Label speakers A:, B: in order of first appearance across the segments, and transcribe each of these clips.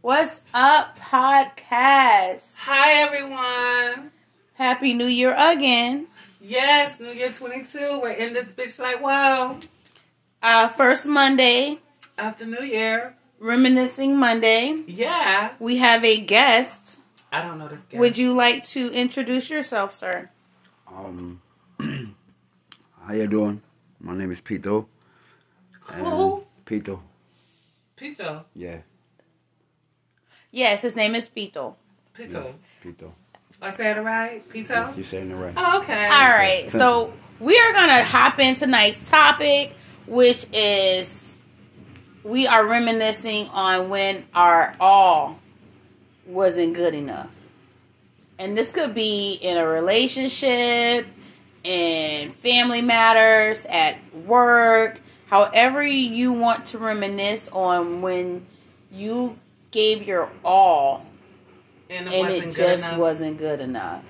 A: What's up, podcast?
B: Hi, everyone.
A: Happy New Year again.
B: Yes, New Year 22. We're in this bitch like, wow.
A: Our first Monday,
B: After New Year.
A: Reminiscing Monday.
B: Yeah.
A: We have a guest.
B: I don't know this guy.
A: Would you like to introduce yourself, sir?
C: Um, how you doing? My name is Pito. And
B: Who?
C: Pito.
B: Pito.
C: Yeah,
A: Yes, his name is Pito.
B: Pito.
C: Pito.
B: I said it right? Pito?
C: You saying it right?
B: Oh, okay.
A: All right, so we are going to hop in tonight's topic, which is we are reminiscing on when our all wasn't good enough. And this could be in a relationship, in family matters, at work, however you want to reminisce on when you gave your all
B: And it
A: and
B: wasn't
A: it
B: good
A: just
B: enough.
A: wasn't good enough.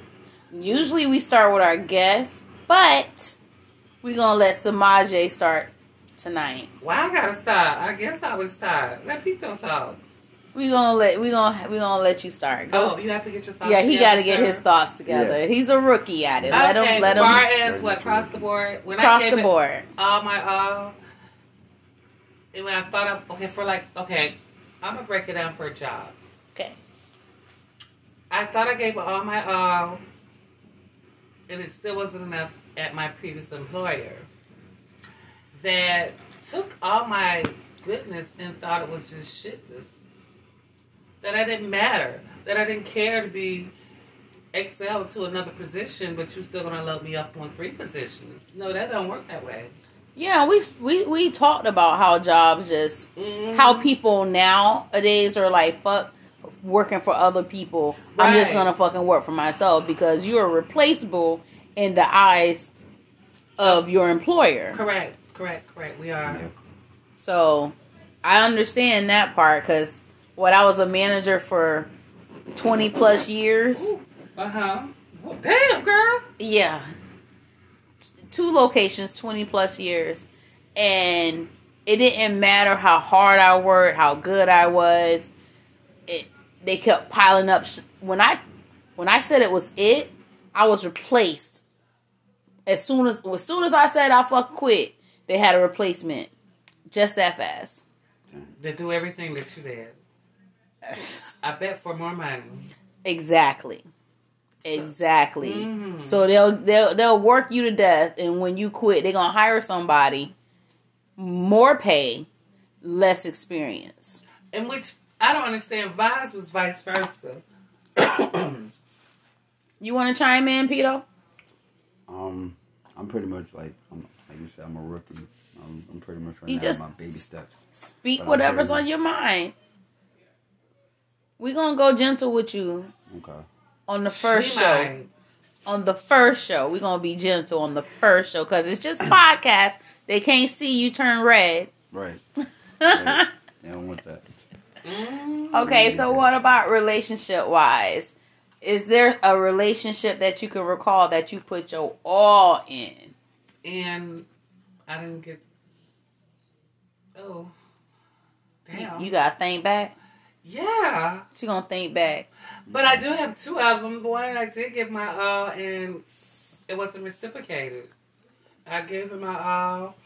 A: Usually we start with our guests, but we're gonna let Samaje start tonight.
B: Why I gotta stop? I guess I was tired. Let Pito talk.
A: We're gonna let we gonna we gonna let you start. Go.
B: Oh, you have to get your thoughts
A: yeah, he got
B: together,
A: to get
B: sir.
A: his thoughts together. He's a rookie at it.
B: Okay,
A: Let him let
B: as far
A: him
B: as what, across the board? When I
A: cross
B: gave
A: the
B: it
A: board.
B: all my all, and when I thought of, okay, for like, okay, I'm gonna break it down for a job.
A: Okay.
B: I thought I gave it all my all, and it still wasn't enough at my previous employer. That took all my goodness and thought it was just shitless. That I didn't matter. That I didn't care to be excelled to another position, but you're still gonna load me up on three positions. No, that don't work that way.
A: Yeah, we we we talked about how jobs just how
B: Mm-hmm.
A: people nowadays are like fuck working for other people. I'm just
B: Right.
A: gonna fucking work for myself because you are replaceable in the eyes of your employer.
B: Correct, correct, correct. We are.
C: Yeah.
A: So I understand that part because what I was a manager for twenty plus years.
B: Uh huh. Damn, girl.
A: Yeah. T- Two locations, 20 plus years. And it didn't matter how hard I worked, how good I was. It they kept piling up sh- when I when I said it was it, I was replaced. As soon as as soon as I said I fuck quit, they had a replacement. Just that fast.
B: They do everything that you did. I bet for more money.
A: Exactly. Exactly.
B: Mhm.
A: So they'll they'll they'll work you to death, and when you quit, they're gonna hire somebody more pay, less experience.
B: In which I don't understand. Vibes was vice versa.
A: You want to chime in, Pito?
C: Um, I'm pretty much like, I'm, like you said, I'm a rookie. I'm, I'm pretty much right
A: You
C: now
A: just-
C: in my baby steps.
A: Speak
C: But I'm
A: whatever's
C: hearing
A: on your mind. We gonna go gentle with you
C: Okay.
A: on the first
B: She
A: show.
B: lied.
A: On the first show, we gonna be gentle on the first show because it's just podcast. They can't see you turn red.
C: Right. right. They don't want that.
B: Mm.
A: Okay, so what about relationship wise? Is there a relationship that you can recall that you put your all in?
B: And I didn't get. Oh. Damn.
A: You gotta think back.
B: yeah.
A: She gonna think back.
B: But I do have two of them. The one I did give my all, and it wasn't reciprocated. I gave him my all.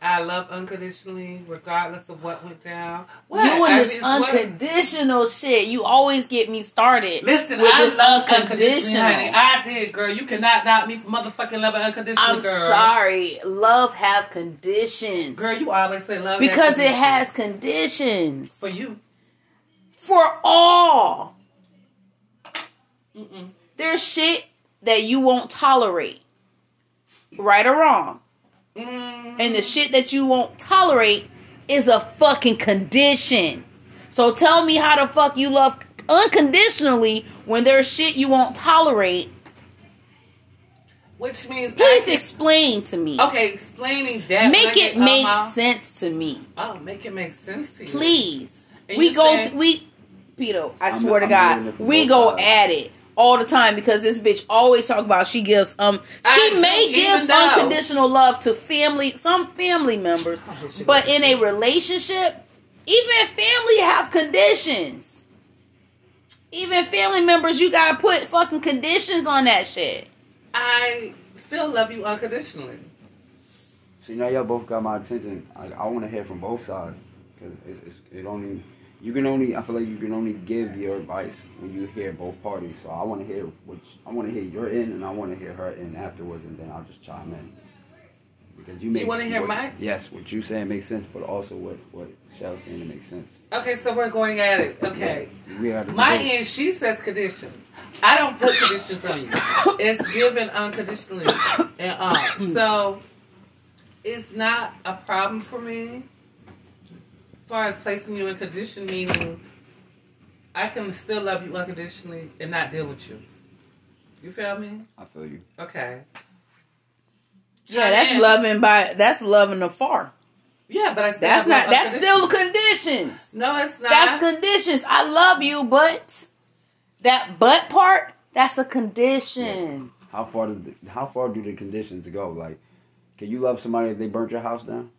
B: I love unconditionally, regardless of what went down. What?
A: You
B: I
A: and this
B: mean, it's what-
A: unconditional shit. You always get me started.
B: Listen,
A: with
B: I
A: this
B: love
A: unconditional.
B: unconditional. Honey. I did, girl. You cannot doubt me for motherfucking loving unconditional,
A: I'm
B: girl.
A: sorry. Love have conditions.
B: Girl, you always say love has
A: because it
B: conditions.
A: has conditions
B: for you.
A: for all.
B: Mm-mm.
A: There's shit that you won't tolerate, right or wrong.
B: Mm.
A: and the shit that you won't tolerate is a fucking condition. So tell me how the fuck you love unconditionally when there's shit you won't tolerate.
B: Which means
A: Please
B: I-
A: explain to me.
B: okay, uh-huh. explaining that when I
A: Make
B: get
A: it
B: all
A: make
B: my-
A: sense to me.
B: Oh, make it make sense to you,
A: Please.
B: And
A: We
B: you
A: go
B: said-
A: to, we Pito, I
C: I'm-
A: swear to
C: I'm doing
A: God,
C: it from
A: we
C: both
A: go
C: sides.
A: at it all the time because this bitch always talk about she gives um
B: I
A: she
B: do,
A: may
B: even
A: give
B: though-
A: unconditional love to family some family members
B: I wish it
A: But
B: was-
A: in a relationship, even family have conditions. Even family members, you gotta put fucking conditions on that shit.
B: I still love you unconditionally.
C: See now y'all both got my attention. I, I want to hear from both sides because it's, it's it only you can only I feel like you can only give your advice when you hear both parties. So I want to hear which I want to hear your end and I want to hear her end afterwards, and then I'll just chime in because you make
B: wanna hear
C: what-
B: mine?
C: Yes, what you saying makes sense, but also what what Shell's saying makes sense.
B: Okay, so we're going at it. Okay.
C: we are the
B: My
C: both-
B: end, she says conditions. I don't put conditions on you. It's given unconditionally and all. So it's not a problem for me. As far as placing you in condition, meaning I can still love you unconditionally and not deal with you. You feel me?
C: I feel you.
B: Okay.
A: Yeah, that's loving by that's loving afar.
B: Yeah, but I still
A: That's
B: have love
A: not that's still
B: unconditionally.
A: conditions.
B: no, it's not.
A: That's conditions. I love you, but that but part, that's a condition.
C: How far did the, how far do the conditions go? Like, can you love somebody if they burnt your house down?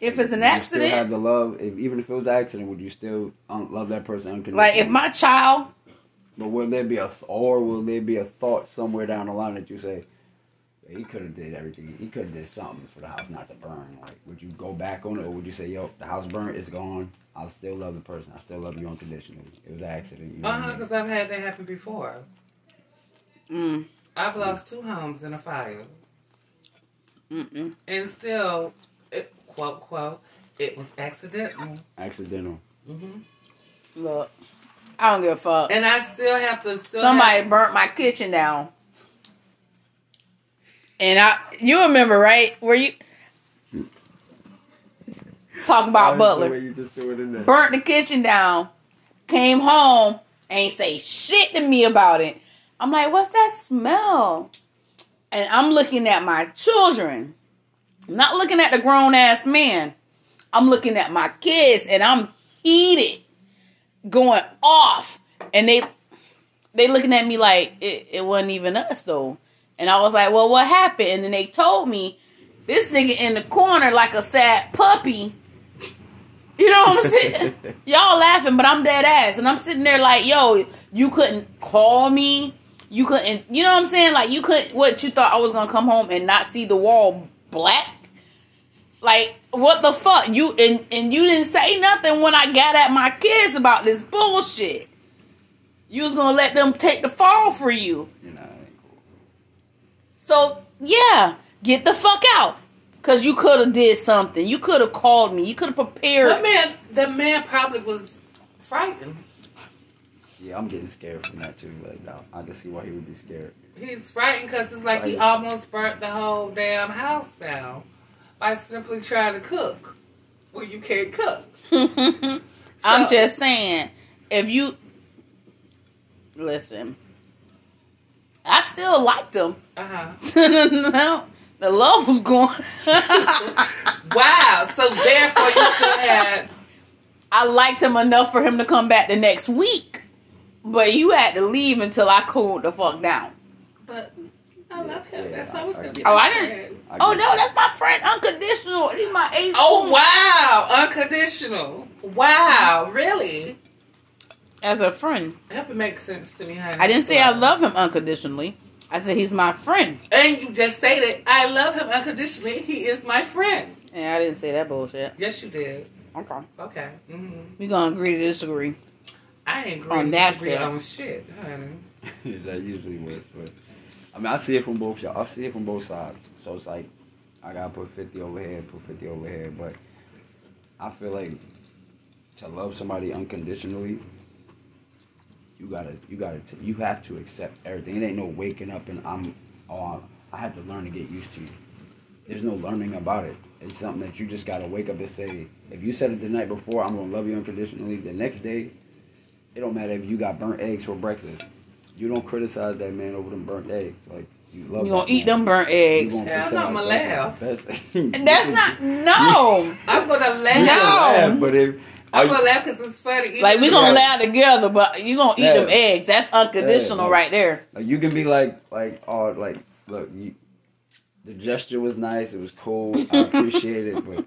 A: If it's an
C: Would you still
A: accident,
C: have the love. If, even if it was an accident, would you still un- love that person unconditionally?
A: like if my child
C: but will there be a th- or will there be a thought somewhere down the line that you say, "Yeah, he could have did everything. He could have did something for the house not to burn. Like, would you go back on it, or would you say, "Yo, the house burned. It's gone. I still love the person. I still love you unconditionally. It was an accident. You know
B: Uh huh.
C: what I mean?
B: Because I've had that happen before.
A: Mm.
B: I've lost two homes in a fire,
A: Mm-mm.
B: and still, it, quote quote, it was accidental.
C: Accidental.
A: Ah,
B: hmm
A: Look, I don't give a fuck.
B: And I still have to still.
A: Somebody
B: have-
A: burnt my kitchen down. And I you remember, right? Where you talking about Butler.
C: You just threw it in there.
A: burnt the kitchen down, came home, ain't say shit to me about it. I'm like, what's that smell? And I'm looking at my children. I'm not looking at the grown ass man. I'm looking at my kids and I'm heated, going off. And they they looking at me like it, it wasn't even us though. And I was like, well, what happened? And then they told me this nigga in the corner like a sad puppy. You know what I'm saying? Y'all laughing, but I'm dead ass. And I'm sitting there like, yo, you couldn't call me. You couldn't, you know what I'm saying? Like, you couldn't, what, you thought I was going to come home and not see the wall black? Like, what the fuck? You, and, and you didn't say nothing when I got at my kids about this bullshit. You was going to let them take the fall for you.
C: You know, that ain't cool.
A: So yeah, get the fuck out. Cause you could have did something. You could have called me. You could have
B: The
A: prepared.
B: man, the man probably was frightened.
C: Yeah, I'm getting scared from that too. Like, I, I can see why he would be scared.
B: He's frightened because it's like he
C: Frightened.
B: almost burnt the whole damn house down by simply trying to cook. Well, you can't cook.
A: I'm
B: So-
A: just saying, if you listen, I still liked him.
B: Uh huh.
A: no, the love was going.
B: Wow. So therefore, you still had.
A: I liked him enough for him to come back the next week, but you had to leave until I cooled the fuck down.
B: But I love him.
C: Yeah,
B: That's
C: I-
B: always
C: I
B: gonna be.
C: get
A: it.
B: my
A: Oh, I didn't-
B: friend.
C: I
A: Oh
C: get
A: no,
C: it.
A: that's my friend, unconditional. He's my ace.
B: Oh wow! Unconditional. Wow, really?
A: as a friend.
B: That would make sense to me, honey.
A: I didn't say I
B: So-
A: love him unconditionally. I said he's my friend.
B: And you just stated I love him unconditionally. He is my friend.
A: And I didn't say that bullshit.
B: Yes, you did.
A: Okay.
B: Okay. hmm
A: We're going to agree to disagree.
B: I ain't agree.
A: On that
B: agree
A: bit.
B: on shit, honey.
C: that usually works, but I mean, I see it from both y'all. I see it from both sides. So it's like I gotta put fifty over here, put fifty over here. But I feel like to love somebody unconditionally, you gotta, you gotta, t- you have to accept everything. It ain't no waking up and I'm, oh, I'm- I had to learn to get used to you. There's no learning about it. It's something that you just gotta wake up and say. If you said it the night before, I'm gonna love you unconditionally. The next day, it don't matter if you got burnt eggs for breakfast. You don't criticize that man over them burnt eggs. Like you love.
A: You're
C: that
A: going to eat
C: man.
A: them burnt
C: You
A: eggs.
C: gonna
B: Hell no,
C: pretend
B: I'ma
C: like that's the best-
A: That's not. No.
B: I'm gonna
C: You
B: laugh.
C: can
A: No.
C: laugh, but if
B: I'm
C: are you-
B: gonna laugh because it's funny. Even
A: Like, we're
B: if
A: going to
C: Yeah.
A: laugh together, but you're going to eat
C: Yeah.
A: them eggs. That's unconditional
C: Yeah, yeah.
A: right there.
C: Like, you can be like, like, oh, like, look, you, the gesture was nice. It was cool. I appreciate it, but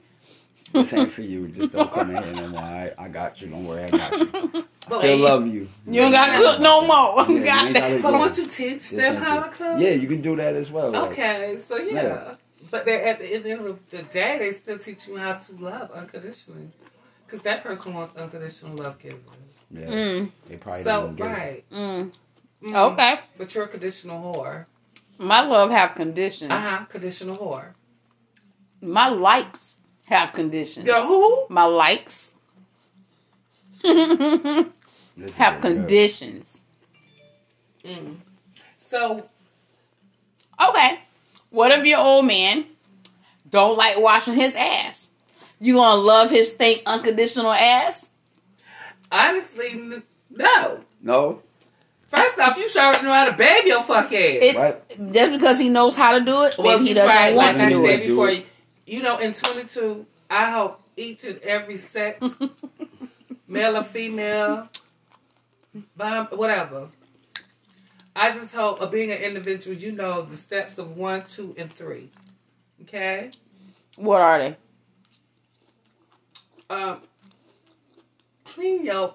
C: this ain't for you. Just don't come in here no more. I, I got you. Don't worry. I got you.
B: But
C: Still
B: wait,
C: love you.
A: You don't got cook no more.
C: Yeah,
A: You got
C: you
A: that.
C: gotta
B: But
C: go.
B: won't you teach
C: Yes,
B: them
C: you
B: how
C: do.
B: to cook?
C: Yeah, you can do that as well. like,
B: Okay, so yeah.
C: Yeah.
B: But they're at the end of the day, they still teach you how to love unconditionally. Because that person wants unconditional love given.
C: yeah,
A: Mm,
C: they probably
B: so,
C: didn't get it.
B: right.
A: mm.
B: Mm.
A: Okay.
B: But you're a conditional whore.
A: My love have conditions.
B: Uh huh. Conditional whore.
A: My likes have conditions.
B: Yo, who?
A: My likes have
C: This is it, yeah.
A: conditions.
B: Mm. So,
A: Okay. What if your old man don't like washing his ass? You gonna love his stink unconditional ass?
B: honestly, n- no.
C: No,
B: First off, you sure know how to baby your fuck ass.
A: It's
C: Right.
A: just because he knows how to do it,
B: Well,
A: maybe he
B: you
A: doesn't
B: right,
A: want
B: like I
A: to do
B: said
A: it.
C: it.
B: before, you know, in 22, I hope each and every sex, male or female, bum, whatever. I just hope, of being an individual, you know the steps of one, two, and three. Okay?
A: What are they?
B: Um, clean your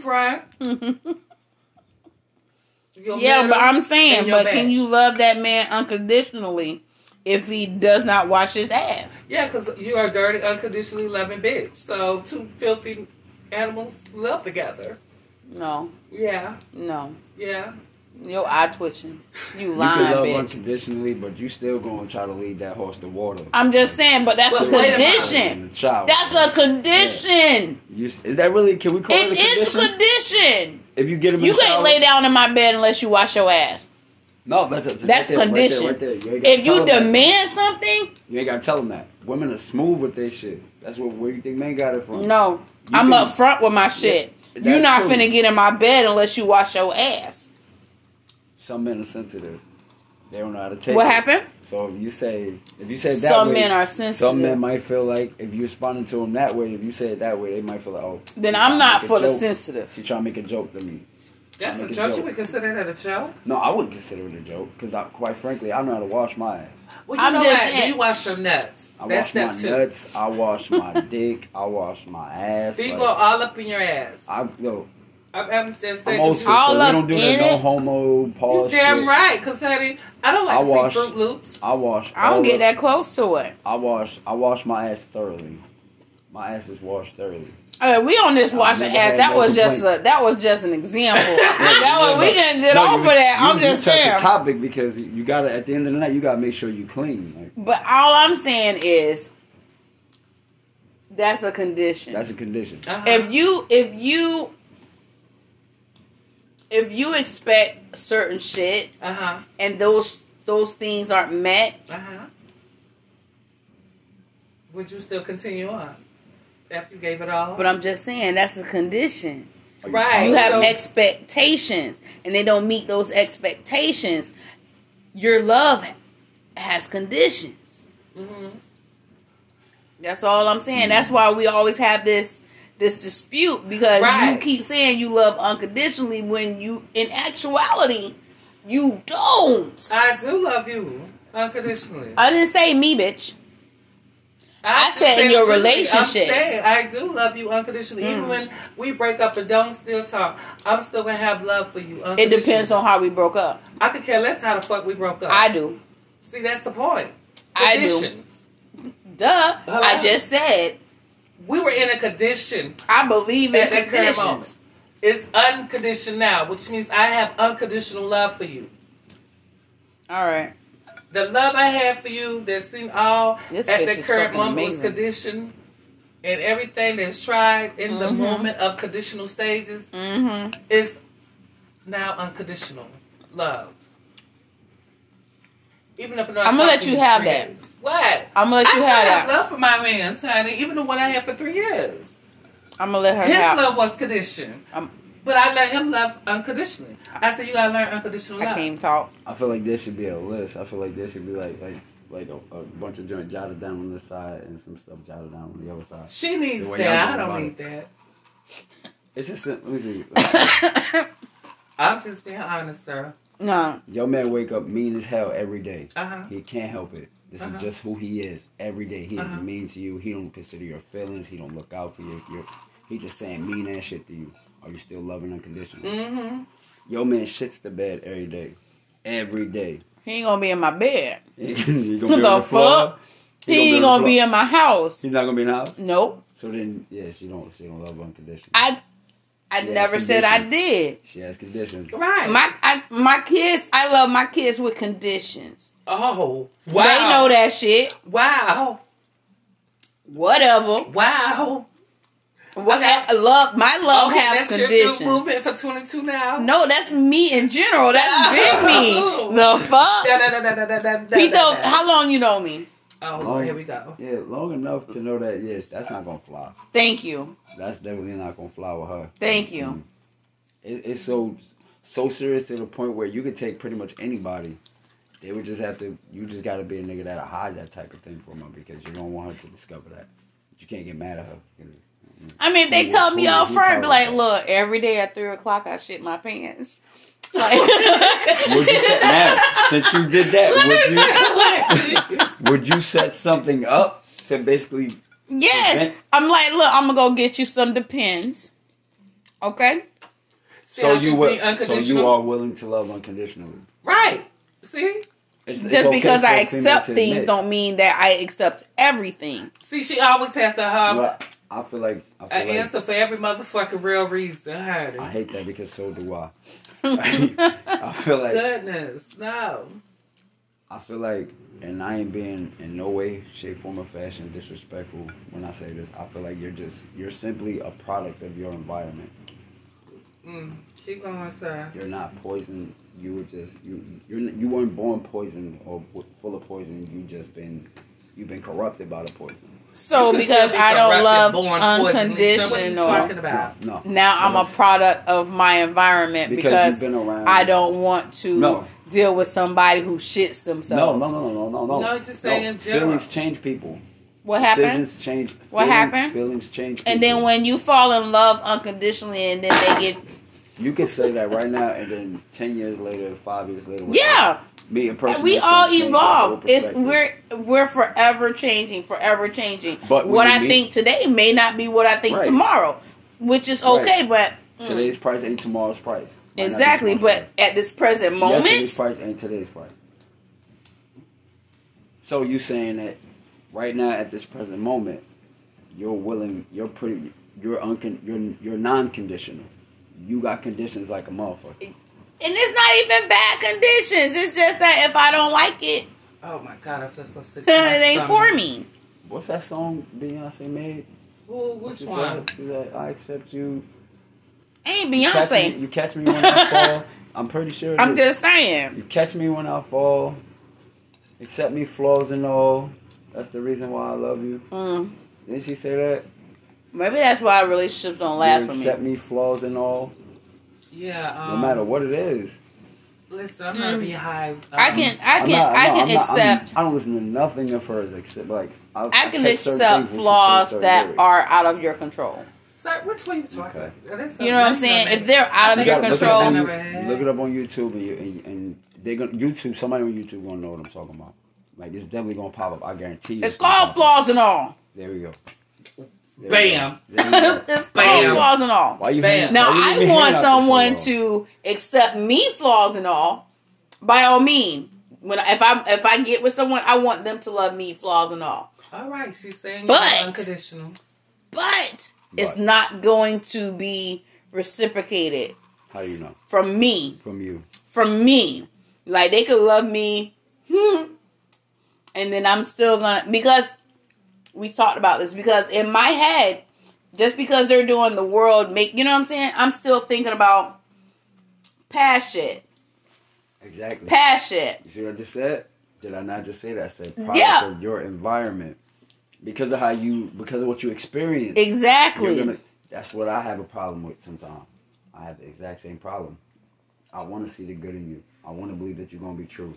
B: front. your
A: yeah,
B: middle,
A: but I'm saying,
B: and your
A: but
B: back.
A: can you love that man unconditionally if he does not wash his ass?
B: Yeah, because you are a dirty, unconditionally loving bitch. So two filthy animals live together.
A: No,
B: Yeah,
A: no.
B: yeah.
A: Your eye twitching. You
C: you can
A: lying,
C: love
A: bitch.
C: unconditionally, but you still gonna try to lead that horse to water.
A: I'm just saying, but that's
B: But
A: a
B: wait a minute.
A: condition.
C: The child.
A: That's a condition.
C: You, is that really? Can we call it,
A: It
C: a
A: is
C: condition?
A: a condition.
C: if you get him, in
A: You
C: the
A: can't
C: shower-
A: lay down in my bed unless you wash your ass.
C: No, that's a
A: That's
C: right there,
A: condition.
C: Right there, right there. You ain't gotta
A: If you
C: tell 'em that.
A: demand something,
C: you ain't gotta tell them that. Women are smooth with their shit. That's what where you think men got it from.
A: no.
C: You
A: I'm
C: can-
A: up front with my shit.
C: that
A: You're not
C: too.
A: finna get in my bed unless you wash your ass.
C: some men are sensitive. They don't know how to take.
A: What
C: it.
A: happened?
C: So if you say if you say that
A: Some
C: way,
A: men are sensitive.
C: Some men might feel like if you responding to them that way, if you say it that way, they might feel like oh.
A: Then
C: she
A: I'm
C: tryna
A: not
C: make a
A: for the
C: joke.
A: sensitive.
C: She trying to make a joke to me.
B: That's a
C: Make a
B: joke. You
C: joke.
B: would consider that a joke?
C: No, I wouldn't consider it a joke because quite frankly, I know how to wash my ass.
B: Well, you
A: I'm
B: know
A: just
B: what?
A: saying-
B: You wash your nuts.
C: I
B: That's step
C: wash my
B: two.
C: nuts. I wash my dick. I wash my ass.
B: Then you
C: like,
B: go all up in your ass.
C: I yo,
B: I'm, I'm just
C: I'm
B: saying.
C: old
B: 'cause
C: school,
B: you,
A: All
C: so
A: up
C: we don't do that
A: in
C: no
A: it?
C: homo
B: you
C: Paul
B: damn
C: shit.
B: right. Because, honey, I don't like
C: I
B: to
C: wash-
B: see Fruit Loops.
C: I wash.
A: I don't
C: all
A: get
C: up-
A: that close to it.
C: I wash. I wash my ass thoroughly. My ass is washed thoroughly.
A: Uh, we on this
C: I've
A: washing
C: never
A: ass.
C: had
A: That
C: no
A: was just
C: complaint.
A: a that was just an example. that
C: Yeah,
A: was we
C: but-
A: can get
C: no,
A: off
C: you-
A: of that.
C: you-
A: I'm
C: you
A: just
C: touched
A: saying.
C: The topic because you got to at the end of the night you got to make sure you clean. Like
A: But all I'm saying is that's a condition.
C: that's a condition.
B: Uh-huh.
A: if you if you if you expect certain shit
B: Uh huh.
A: and those those things aren't met,
B: Uh huh. Would you still continue on after you gave it all?
A: but I'm just saying that's a condition.
C: Are you
B: Right.
C: tired?
A: you have
B: so-
A: expectations and they don't meet those expectations your love has conditions
B: hmm
A: that's all i'm saying that's why we always have this this dispute because you
B: Right.
A: keep saying you love unconditionally when you in actuality you don't
B: I do love you unconditionally.
A: i didn't say me bitch I
B: just
A: said in
B: said
A: your
B: do-
A: relationships.
B: I'm saying I do love you unconditionally.
A: Mm.
B: Even when we break up and don't still talk, I'm still gonna have love for you.
A: it
B: Unconditionally.
A: depends on how we broke up
B: I could care less how the fuck we broke up.
A: i do
B: see. That's the point.
A: I do.
B: Conditions.
A: duh i just said
B: We were in a condition.
A: i believe in
B: At that current
A: conditions
B: moment. It's unconditioned now, which means I have unconditional love for you.
A: all right
B: The love I had for you that seen all
A: This bitch
B: at the
A: is
B: current
A: fucking
B: moment was
A: amazing.
B: conditioned, and everything that's tried in the
A: Mhm.
B: moment of conditional stages
A: mm-hmm
B: is now unconditional love. Even if I'm, not
A: I'ma let
B: talking
A: you
B: for
A: have
B: three
A: that.
B: years. What?
A: i'm gonna let
B: I
A: you
B: still
A: have that
B: have love for my man, honey. Even the one I had for three years.
A: I'm gonna let her
B: His
A: have.
B: love was conditioned,
A: I'm-
B: but I let him love unconditionally. I said you gotta learn unconditional
A: I
B: love.
A: can't even talk.
C: I feel like there should be a list. I feel like there should be like like like a, a bunch of joint jotted down on this side and some stuff jotted down on the other side.
B: She needs
C: The way
B: that.
C: y'all
B: I
C: go
B: don't
C: about
B: need that.
C: It's just let me see. Let me see.
B: I'm just being honest, sir.
A: no,
C: Your man wake up mean as hell every day.
B: Uh huh.
C: He can't help it. This
B: Uh-huh.
C: is just who he is. Every day he
B: Uh-huh.
C: is mean to you. He don't consider your feelings. He don't look out for you. Your He just saying mean ass shit to you. Are you still loving unconditionally?
B: Mm-hmm.
C: Yo man shits the bed every day. Every day.
A: He ain't gonna be in my bed.
C: He gonna
A: The
C: be on floor.
A: fuck? He ain't gonna be in my house.
C: He's not gonna be in the house.
A: Nope.
C: So then, yeah, she don't. She don't love unconditionally.
A: I I
C: Yeah,
A: never
C: it's
A: said I
C: conditions.
A: did.
C: she has conditions.
B: Right.
A: My I, my kids, I love my kids with conditions.
B: oh wow.
A: They know that shit.
B: Wow.
A: Whatever.
B: Wow.
A: What
B: Okay.
A: I love my love
B: okay,
A: has
B: that's your new
A: conditions.
B: movement for 22 now.
A: No, that's me in general. That's been me. The
B: Da,
A: fuck.
B: da, da, da, da, da, da, da,
A: He told
B: da.
A: how long you know me?
B: Oh, Lord, here we go.
C: Yeah, long enough to know that. Yes, that's not gonna fly.
A: Thank you.
C: That's definitely not gonna fly with her.
A: Thank you.
C: Mm. It, it's so so serious to the point where you could take pretty much anybody. They would just have to. You just gotta be a nigga that'll hide that type of thing from her because you don't want her to discover that. You can't get mad at her.
A: I mean, if they
C: Who-
A: told me
C: who-
A: up
C: who
A: front, be
C: told you
A: like,
C: that?
A: look, every day at three o'clock, I shit my pants. Like,
C: Would you set, now, since you did that,
B: Hilarious.
C: would you would you set something up to basically
A: yes,
C: Okay.
A: I'm like, look, I'm gonna go get you some depends. Okay,
B: See
C: so
B: how she's
C: you will,
B: being
C: so
B: unconditional?
C: you are willing to love unconditionally.
B: Right. See?
C: It's, it's
A: just
C: okay
A: because
C: for
A: I
C: a female
A: accept
C: to
A: things
C: admit.
A: don't mean that I accept everything.
B: See, she always has to have
C: But I feel like I
B: an
C: feel like,
B: answer for every motherfucking real reason. honey.
C: I hate that because so do I. I feel like
B: Goodness, no.
C: I feel like, and I ain't being in no way, shape, form, or fashion disrespectful when I say this. I feel like you're just you're simply a product of your environment.
B: Mm. Keep going, sir.
C: You're not poisoned. You were just you you're, n- you weren't born poisoned or w- full of poison. You just been you've been corrupted by the poison.
A: So
B: You can
A: because
B: still be
A: I don't
B: corrupted,
A: love
B: born poisoned, it's still what you
A: unconditional,
B: talking about.
C: No, no.
A: now I'm a product of my environment because,
C: because, you've been around.
A: I don't want to
C: No.
A: deal with somebody who shits
C: No,
A: themselves.
C: no, no, no, no, no.
B: No, just say in general.
C: Feelings change people.
A: What happened?
C: Decisions change.
A: What
C: feeling-
A: happened?
C: Feelings change.
A: And
C: people.
A: then when you fall in love unconditionally, and then they get
C: you can say that right now, and then ten years later, five years later, whatever,
A: yeah,
C: me a person.
A: we
C: that's
A: all
C: gonna change my whole
A: evolve. It's
C: perspective.
A: we're we're forever changing, forever changing.
C: But when
A: what
C: you
A: I
C: meet-
A: think today may not be what I think
C: Right.
A: tomorrow, which is okay. But mm,
C: Today's price ain't tomorrow's price. Might not be
A: exactly,
C: tomorrow's
A: but at this present
C: price.
A: moment,
C: yesterday's price ain't today's price. So you saying that right now at this present moment, you're willing, you're pretty, you're uncon, you're you're non-conditional. You got conditions like a motherfucker.
A: and it's not even bad conditions. It's just that if I don't like it,
B: Oh my god, I feel so sick. to my
A: it ain't
B: stomach.
A: for me.
C: What's that song Beyonce made?
B: Ooh, which
C: She
B: one?
C: said- she said, I accept you.
A: Ain't
C: You catch me-
A: Beyonce.
C: You catch me when I fall. I'm pretty sure. it
A: I'm
C: is.
A: just saying.
C: You catch me when I fall. Accept me flaws and all. That's the reason why I love you.
A: Mm,
C: Didn't she say that?
A: maybe that's why relationships don't last
C: you
A: for me.
C: accept me flaws and all.
B: Yeah.
C: No
B: Um,
C: matter what it is.
B: Listen, I'm not a
A: Mm.
B: beehive. Um,
A: I can, I
C: I'm
A: can,
C: not- I'm
A: I
C: not-
A: can
C: I'm not- I'm-
A: accept.
C: I don't listen to nothing of hers except like I,
A: I can
C: catch certain
A: accept
C: things when she says
A: flaws
C: certain
A: that
C: lyrics.
A: are out of your control.
B: Sir, which one you talking?
C: Okay.
B: about? There's some-
A: You know what I'm
B: there's
A: saying?
B: some-
A: If they're
B: I
A: out of
B: think
A: your
B: I was looking
A: control,
B: at
C: Look
B: them
C: it,
B: and
C: up on,
B: had-
C: look it up on YouTube, and, you, and, and they're gonna YouTube. Somebody on YouTube gonna know what I'm talking about. Like it's definitely gonna pop up. I guarantee you.
A: it's
C: gonna
A: called
C: pop up.
A: flaws and all.
C: There we go. There we
B: Bam.
C: go. There we go.
A: it's called
B: Bam.
A: flaws and all.
C: Why you
B: Bam.
C: hang-
A: Now
C: why you
A: I
C: leave me
A: want
C: hanging out for so
A: someone
C: long?
A: to accept me flaws and all. By all means, when if I if I get with someone, I want them to love me flaws and all.
B: All right, she's saying
A: But-
B: you're unconditional.
A: But it's
C: But.
A: not going to be reciprocated
C: How do you know?
A: from me.
C: From you.
A: from me. Like they could love me, hmm, and then I'm still gonna because we talked about this because in my head, just because they're doing the world make you know what I'm saying, I'm still thinking about past shit,
C: Exactly.
A: past shit.
C: You see what I just said? Did I not just say that? I said product
A: Yeah.
C: of your environment. Because of how you because of what you experience.
A: Exactly.
C: you're gonna- that's what I have a problem with sometimes. I have the exact same problem. I wanna see the good in you. I wanna believe that you're gonna be true.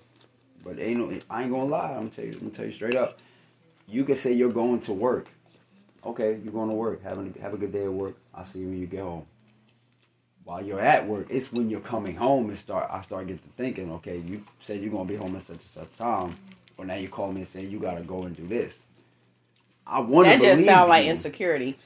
C: But ain't no, I ain't gonna lie, I'm tell you I'm gonna tell you straight up. You can say you're going to work. Okay, you're going to work. Having have a good day at work. I'll see you when you get home. While you're at work, it's when you're coming home and start. I start getting to thinking. Okay, you said you're gonna be home at such and such time, or now you call me and say you gotta go and do this. I want to
A: that
C: believe
A: just sounds like
C: you.
A: insecurity.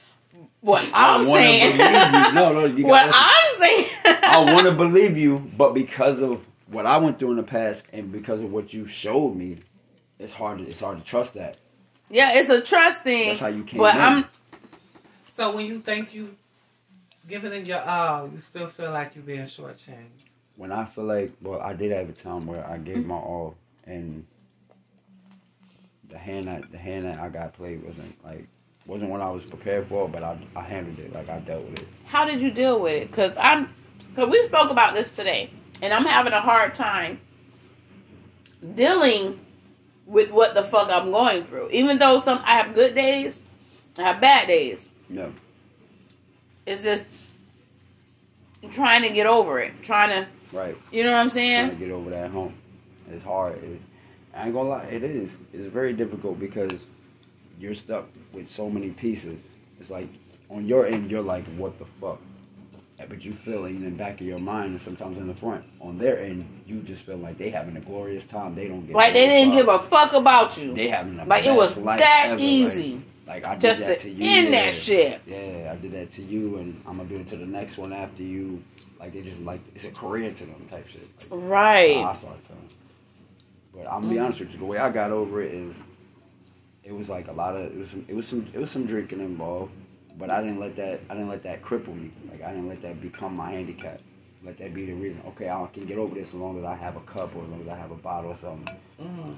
A: What I'm
C: wanna
A: saying.
C: believe you. No, no, you
A: what
C: got
A: I'm saying.
C: I want to believe you, but because of what I went through in the past and because of what you showed me, it's hard. To, it's hard to trust that.
A: Yeah, it's a trust thing.
C: That's how you came
A: But
C: in.
A: I'm
B: So when you think you giving it your all, you still feel like you're being shortchanged.
C: When I feel like, well, I did have a time where I gave my all, and the hand that the hand that I got played wasn't like wasn't what I was prepared for, but I I handled it like I dealt with it.
A: how did you deal with it? Because I'm, because we spoke about this today, and I'm having a hard time dealing with what the fuck I'm going through. Even though some I have good days, I have bad days.
C: No,
A: It's just trying to get over it, trying to,
C: right.
A: you know what I'm
C: trying to
A: saying?
C: get over that home. It's hard. It, I ain't gonna lie, it is. It's very difficult because you're stuck with so many pieces. It's like on your end, you're like, what the fuck? Eh, But you feel it in the back of your mind and sometimes in the front. On their end, you just feel like they having a glorious time. They don't give
A: Like they didn't give a
C: fuck.
A: fuck about you.
C: They having a
A: Like it
C: best
A: was
C: life
A: that
C: ever, like-
A: easy.
C: Like, I did
A: Just
C: that
A: to
C: to you.
A: end
C: yeah.
A: that shit.
C: Yeah, I did that to you, and I'm gonna do it to the next one after you. Like they just like it's a career to them type shit. Like, uh, how I
A: Right.
C: started feeling. But I'm gonna be honest with you, the way I got over it is, it was like a lot of it was some, it was some it was some drinking involved, but I didn't let that I didn't let that cripple me. Like I didn't let that become my handicap. Let that be the reason. Okay, I can get over this as long as I have a cup or as long as I have a bottle or something.
B: Mm-hmm.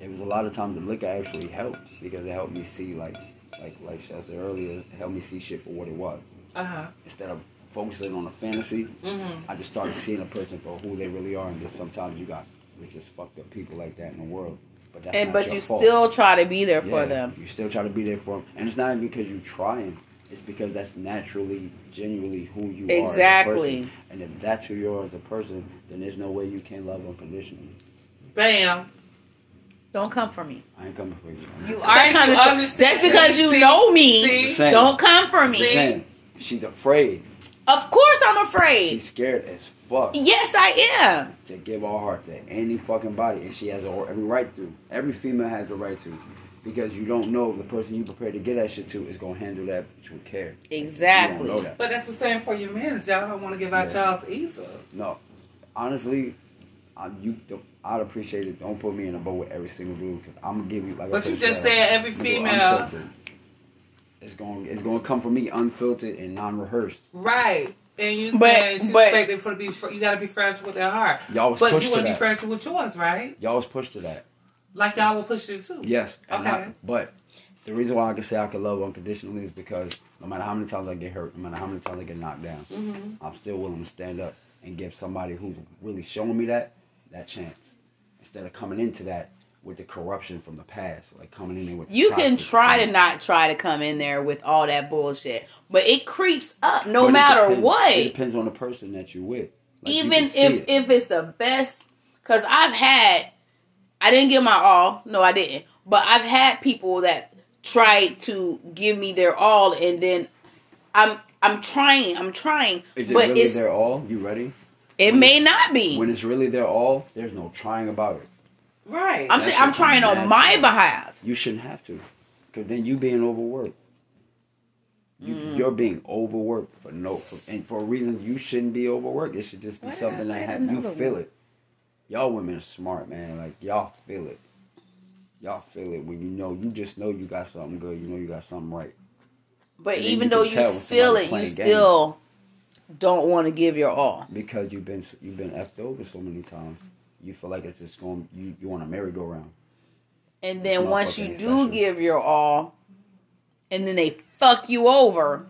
C: It was a lot of times the liquor actually helped because it helped me see like like like I said earlier, it helped me see shit for what it was
B: Uh huh.
C: instead of focusing on a fantasy,
A: Mm-hmm.
C: I just started seeing a person for who they really are, and just sometimes you got it's just fucked up people like that in the world. But that's
A: And
C: not
A: but
C: your
A: you
C: fault.
A: still try to be there for
C: Yeah,
A: them.
C: You still try to be there for them, and it's not even because you're trying. It's because that's naturally, genuinely who you are. as a
A: Exactly.
C: person. And if that's who you are as a person, then there's no way you can love unconditionally.
B: Bam.
A: Don't come for me.
C: I ain't coming for you. I'm
A: You
C: just
A: are
B: Thank you,
A: coming. for-
B: understand.
A: That's because you
B: See,
A: know me.
B: see?
C: Same.
A: Don't come for me.
C: saying, she's afraid.
A: Of course, I'm afraid.
C: She's scared as fuck.
A: Yes, I am.
C: to give our heart to any fucking body, and she has a, every right to. Every female has the right to, because you don't know the person you prepare to get that shit to is gonna handle that bitch with care. You
A: Exactly.
C: don't know that.
B: But that's the same for your men. Y'all don't want to give out
C: Yeah.
B: y'all's either.
C: No, honestly, I, you, don't- I'd appreciate it. Don't put me in a boat with every single dude, because I'm gonna give you like. I
B: But you
C: told
B: just
C: earlier,
B: said every
C: I'm gonna go
B: female.
C: unfiltered. It's going, to it's going to come from me unfiltered and non-rehearsed.
B: Right. And you
A: But-
B: said she
A: but-
B: expected for to be. fr- You got to be fragile with their heart.
C: Y'all was
B: but
C: pushed
B: you
C: to
B: wanna be
C: that.
B: fragile with yours, right?
C: Y'all was pushed to that.
B: Like y'all will push you too.
C: Yes. and
B: Okay.
C: I- but the reason why I can say I can love unconditionally is because no matter how many times I get hurt, no matter how many times I get knocked down,
A: Mm-hmm.
C: I'm still willing to stand up and give somebody who's really showing me that that chance instead of coming into that with the corruption from the past, like coming in there with.
A: You
C: the
A: can
C: toxic
A: try to
C: thing.
A: not try to come in there with all that bullshit, but it creeps up
C: But
A: no
C: it
A: matter
C: depends- It
A: what.
C: depends on the person that you're with. Like, you
A: Even
C: can see
A: if
C: it.
A: if it's the best, because I've had, I didn't give my all. No, I didn't. But I've had people that tried to give me their all, and then I'm I'm trying, I'm trying,
C: is it
A: but
C: really
A: it's
C: their all? You ready?
A: it may not be.
C: When it's really their all, there's no trying about it.
B: Right.
A: I'm
C: That's
A: saying I'm
C: what
A: trying
C: I'm
A: on my
C: asking.
A: behalf.
C: You shouldn't have to, because then you being overworked. You, You're being overworked for no for, and for a reason you shouldn't be overworked. It should just be
A: Why did
C: something
A: I
C: that
A: find
C: happens. You
A: another
C: feel
A: one?
C: it. Y'all women are smart, man. Like y'all feel it. Y'all feel it when you know you just know you got something good. You know you got something right.
A: But
C: And then
A: even
C: you
A: though
C: can
A: you
C: tell when
A: feel it,
C: somebody
A: you
C: playing
A: still don't want to give your all.
C: because you've been you've been effed over so many times. You feel like it's just going. You you want a merry-go-round.
A: And
C: This
A: then once
C: motherfucker
A: you do
C: ain't special.
A: give your all, and then they fuck you over,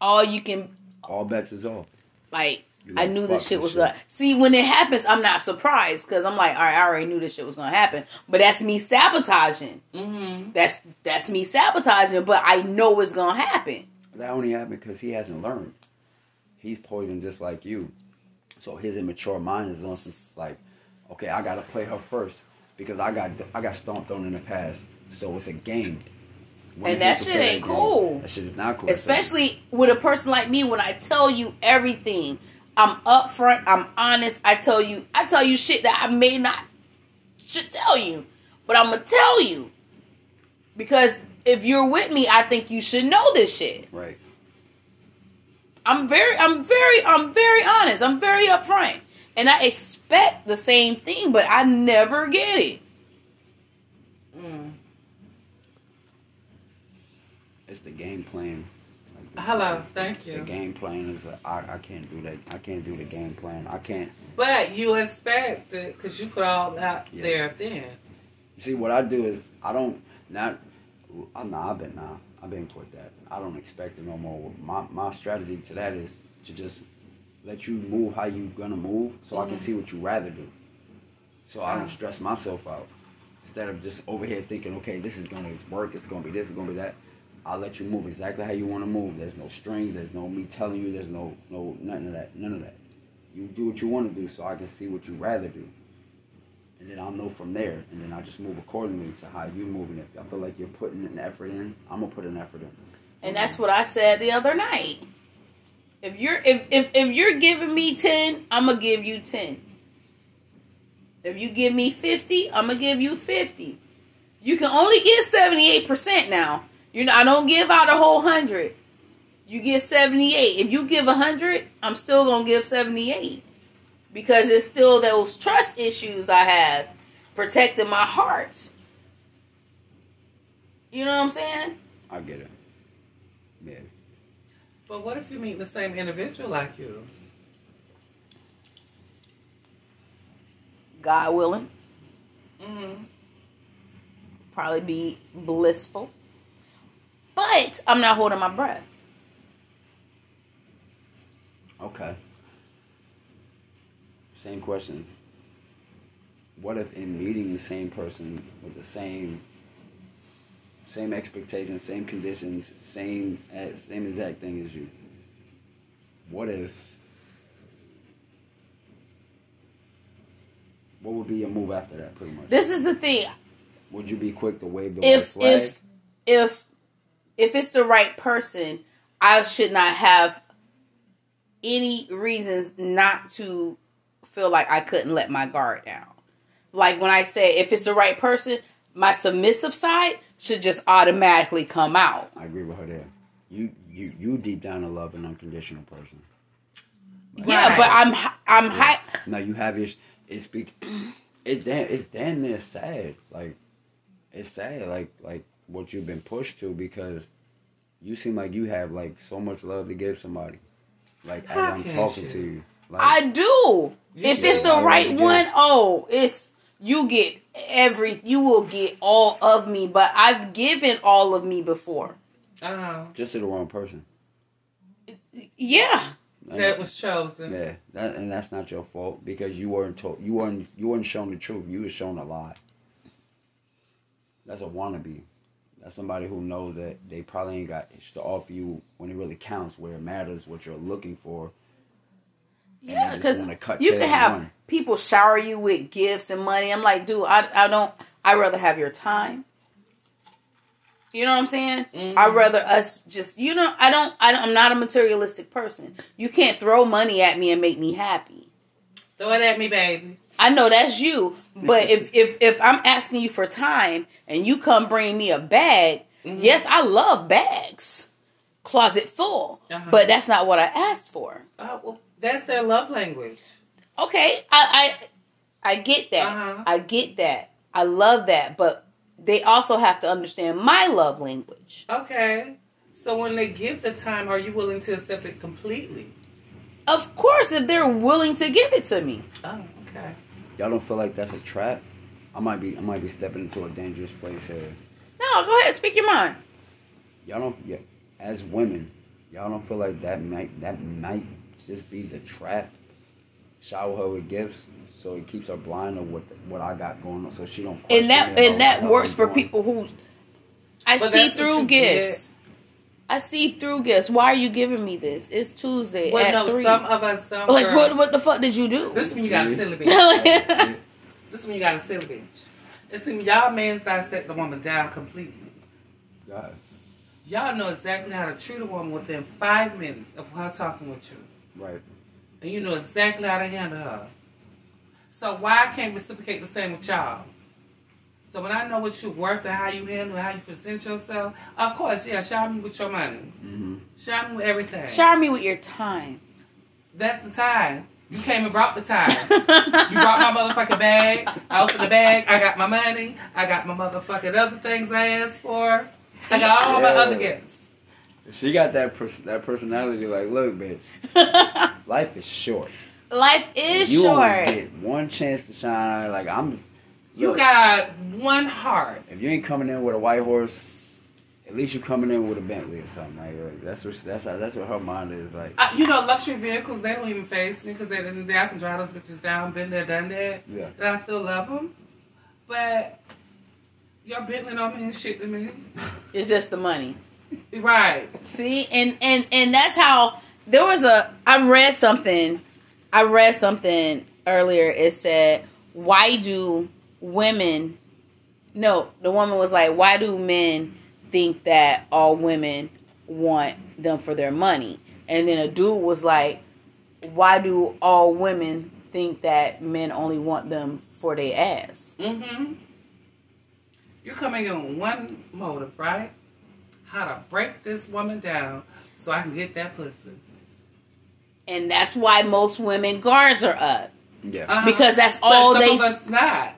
A: all you can
C: All bets is off.
A: like.
C: You
A: I
C: like,
A: knew this
C: fuck
A: shit
C: this
A: was
C: shit.
A: gonna see when it happens. I'm not surprised because I'm like, all right, I already knew this shit was gonna happen. But that's me sabotaging.
B: Mm-hmm.
A: That's that's me sabotaging. But I know it's gonna happen.
C: That only happened because he hasn't learned. He's poisoned just like you. So his immature mind is on some like, okay, I gotta play her first because I got I got stomped on in the past. So it's a game. When
A: And
C: he
A: that shit
C: prepared
A: ain't
C: the game,
A: cool.
C: That shit is not cool.
A: especially with a person like me when i tell you everything i'm upfront i'm honest i tell you i tell you shit that i may not should tell you but i'm gonna tell you because if you're with me, I think you should know this shit.
C: Right.
A: I'm very, I'm very, I'm very honest. I'm very upfront, and I expect the same thing, but I never get it.
B: Mm.
C: It's the game plan. Like, the-
B: Hello, thank
C: The
B: you.
C: game plan is I I, I can't do that. I can't do the game plan. I can't.
B: But you expect it because you put all out
C: Yeah.
B: there then.
C: See, what I do is I don't not. I'm not. I've been nah. I've been with that. I don't expect it no more. My my strategy to that is to just let you move how you gonna move, so I can
B: Mhm.
C: see what you rather do. So I
B: Ah.
C: don't stress myself out. Instead of just over here thinking, okay, this is gonna work. It's gonna be this. It's gonna be that. I'll let you move exactly how you want to move. There's no strings. There's no me telling you. There's no no nothing of that. None of that. You do what you want to do, so I can see what you rather do and then I'll know from there, and then I just move accordingly to how you moving. If I feel like you're putting an effort in, I'm gonna put an effort in.
A: And that's what I said the other night. If you're if if, if you're giving me ten, I'm gonna give you ten. If you give me fifty, I'm gonna give you fifty. You can only get seventy eight percent now. You know I don't give out a whole hundred. You get seventy eight. If you give a hundred, I'm still gonna give seventy eight because it's still those trust issues I have protecting my heart. You know what I'm saying?
C: I get it. Yeah,
B: But what if you meet the same individual like you?
A: God willing.
B: Mm-hmm.
A: probably be blissful. But I'm not holding my breath.
C: okay. Same question. What if in meeting the same person with the same same expectations, same conditions, same eh, same exact thing as you? What if? What would be your move after that? Pretty much.
A: This is the thing.
C: Would you be quick to wave the white
A: If
C: flag?
A: if if if it's the right person, I should not have any reasons not to feel like I couldn't let my guard down. Like when I say if it's the right person, my submissive side should just automatically come out.
C: I agree with her there. You you you deep down in love an unconditional person.
A: Yeah,
B: Right.
A: but I'm hi- I'm high.
C: Now you have your it's be it's damn it's damn near sad. Like it's sad like like what you've been pushed to because you seem like you have like so much love to give somebody. Like as
B: How
C: I'm
B: can
C: talking
B: she?
C: to you. Like
A: I do.
B: You
A: if it's
B: do.
A: the
C: I
A: right
C: really do.
A: one, oh, it's you get every you will get all of me, but I've given all of me before.
B: Uh-huh.
C: just to the wrong person.
A: Yeah.
C: Like,
B: That was chosen.
C: yeah, that, and that's not your fault because you weren't told you weren't you weren't shown the truth. You were shown a lie. That's a wannabe. That's somebody who knows that they probably ain't got shit to offer you when it really counts, where it matters, what you're looking for. And they
A: Yeah,
C: just
A: cuz
C: wanna cut
A: you
C: tail
A: can
C: and
A: have
C: run.
A: people shower you with gifts and money. I'm like, "Dude, I I don't I rather have your time." You know what I'm saying?
C: Mm-hmm.
B: Mhm.
A: I'd rather us just, you know, I don't, I don't, I'm not a materialistic person. You can't throw money at me and make me happy.
B: Throw it at me, baby.
A: I know that's you, but if if if I'm asking you for time and you come bring me a bag,
B: Mm-hmm.
A: yes, I love bags, closet full,
B: Uh-huh.
A: but that's not what I asked for.
B: Oh, well, that's their love language.
A: Okay, I I, I get that.
B: Uh-huh.
A: I get that. I love that, but they also have to understand my love language.
B: Okay. So when they give the time, are you willing to accept it completely?
A: Of course, if they're willing to give it to me.
B: Oh, okay.
C: Y'all don't feel like that's a trap? I might be I might be stepping into a dangerous place here.
A: No, go ahead, speak your mind.
C: Y'all don't yeah, as women, y'all don't feel like that might that might just be the trap. Shower her with gifts so it keeps her blind on what what I got going on, so she don't.
A: and
C: question
A: that
C: me about
A: and that
C: how
A: works
C: I'm
A: for
C: doing.
A: people who I
B: But
A: see
B: that's what
A: through
B: you
A: gifts. I see through gifts. Why are you giving me this? It's Tuesday
B: Well,
A: at
B: no,
A: three.
B: some of us don't.
A: like
B: girl.
A: what? What the fuck did you do?
B: This one you got a silly bitch.
A: Like,
B: This one you got a silly bitch. And see, y'all men's dissect the woman down completely.
C: God,
B: Y'all know exactly how to treat a woman within five minutes of her talking with you.
C: right?
B: And you know exactly how to handle her. So why I can't reciprocate the same with y'all? So when I know what you're worth and how you handle, how you present yourself, of course, yeah, shower me with your money,
C: Mm-hmm.
B: shower me with everything.
A: Shower me with your time.
B: That's the time. You came and brought the time. You brought my motherfucking bag. I opened the bag. I got my money. I got my motherfucking other things I asked for. I got all my
C: Yeah.
B: other gifts.
C: She got that pers- that personality. Like, look, bitch, life is short.
A: Life is
C: you
A: short.
C: only get one chance to shine. Like, I'm.
B: You
C: look,
B: got one heart.
C: If you ain't coming in with a white horse, at least you coming in with a Bentley or something. Like, like that's what that's how, that's what her mind is like.
B: I, you know, luxury vehicles, they don't even face me because at the end of the day, I can drive those bitches down, been there, done that,
C: Yeah.
B: and I still love them. But your Bentley don't mean shit to me.
A: It's just the money.
B: Right.
A: See, and and and that's how there was a. I read something. I read something earlier. It said, "Why do women?" No, the woman was like, "Why do men think that all women want them for their money?" And then a dude was like, "Why do all women think that men only want them for their ass?"
B: Mm-hmm. You're coming in with one motive, right? How to break this woman down so I can get that pussy.
A: And that's why most women guards are up
C: Yeah.
B: Uh-huh.
A: because that's
B: But
A: all
B: some
A: they.
B: of us not.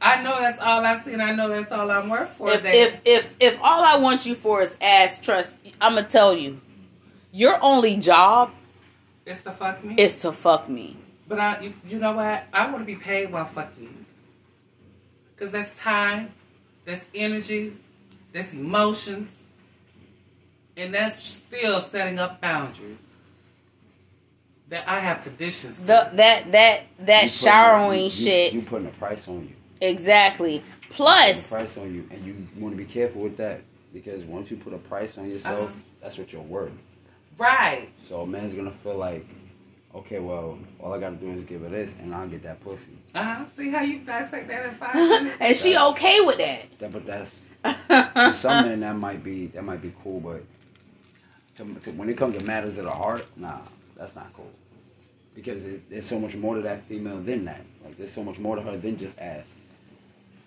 B: I know that's all I see, and I know that's all I'm worth for.
A: if,
B: They-
A: if if if all I want you for is ass, trust I'm gonna tell you, your only job
B: it's the fuck me.
A: is to fuck me.
B: But I, you, you know what? I want to be paid while fucking. Because that's time, that's energy, that's emotions, and that's still setting up boundaries. That I have conditions. to.
A: The, that that that
C: You putting-
A: showering
C: you- you-
A: shit
C: You putting a price on you.
A: exactly.
C: Putting a
A: Plus,
C: price on you, and you want to be careful with that because once you put a price on yourself,
B: Uh-huh.
C: that's what you're worth.
B: Right.
C: So a man's gonna feel like, okay, well, all I gotta do is give her this, and I'll get that pussy.
B: Uh huh. See how you dissect that in five minutes?
A: and she okay with
C: That, but that's to
A: that.
C: some men that might be that might be cool, but to, to, when it comes to matters of the heart, nah, that's not cool. Because it, there's so much more to that female than that. Like there's so much more to her than just ass.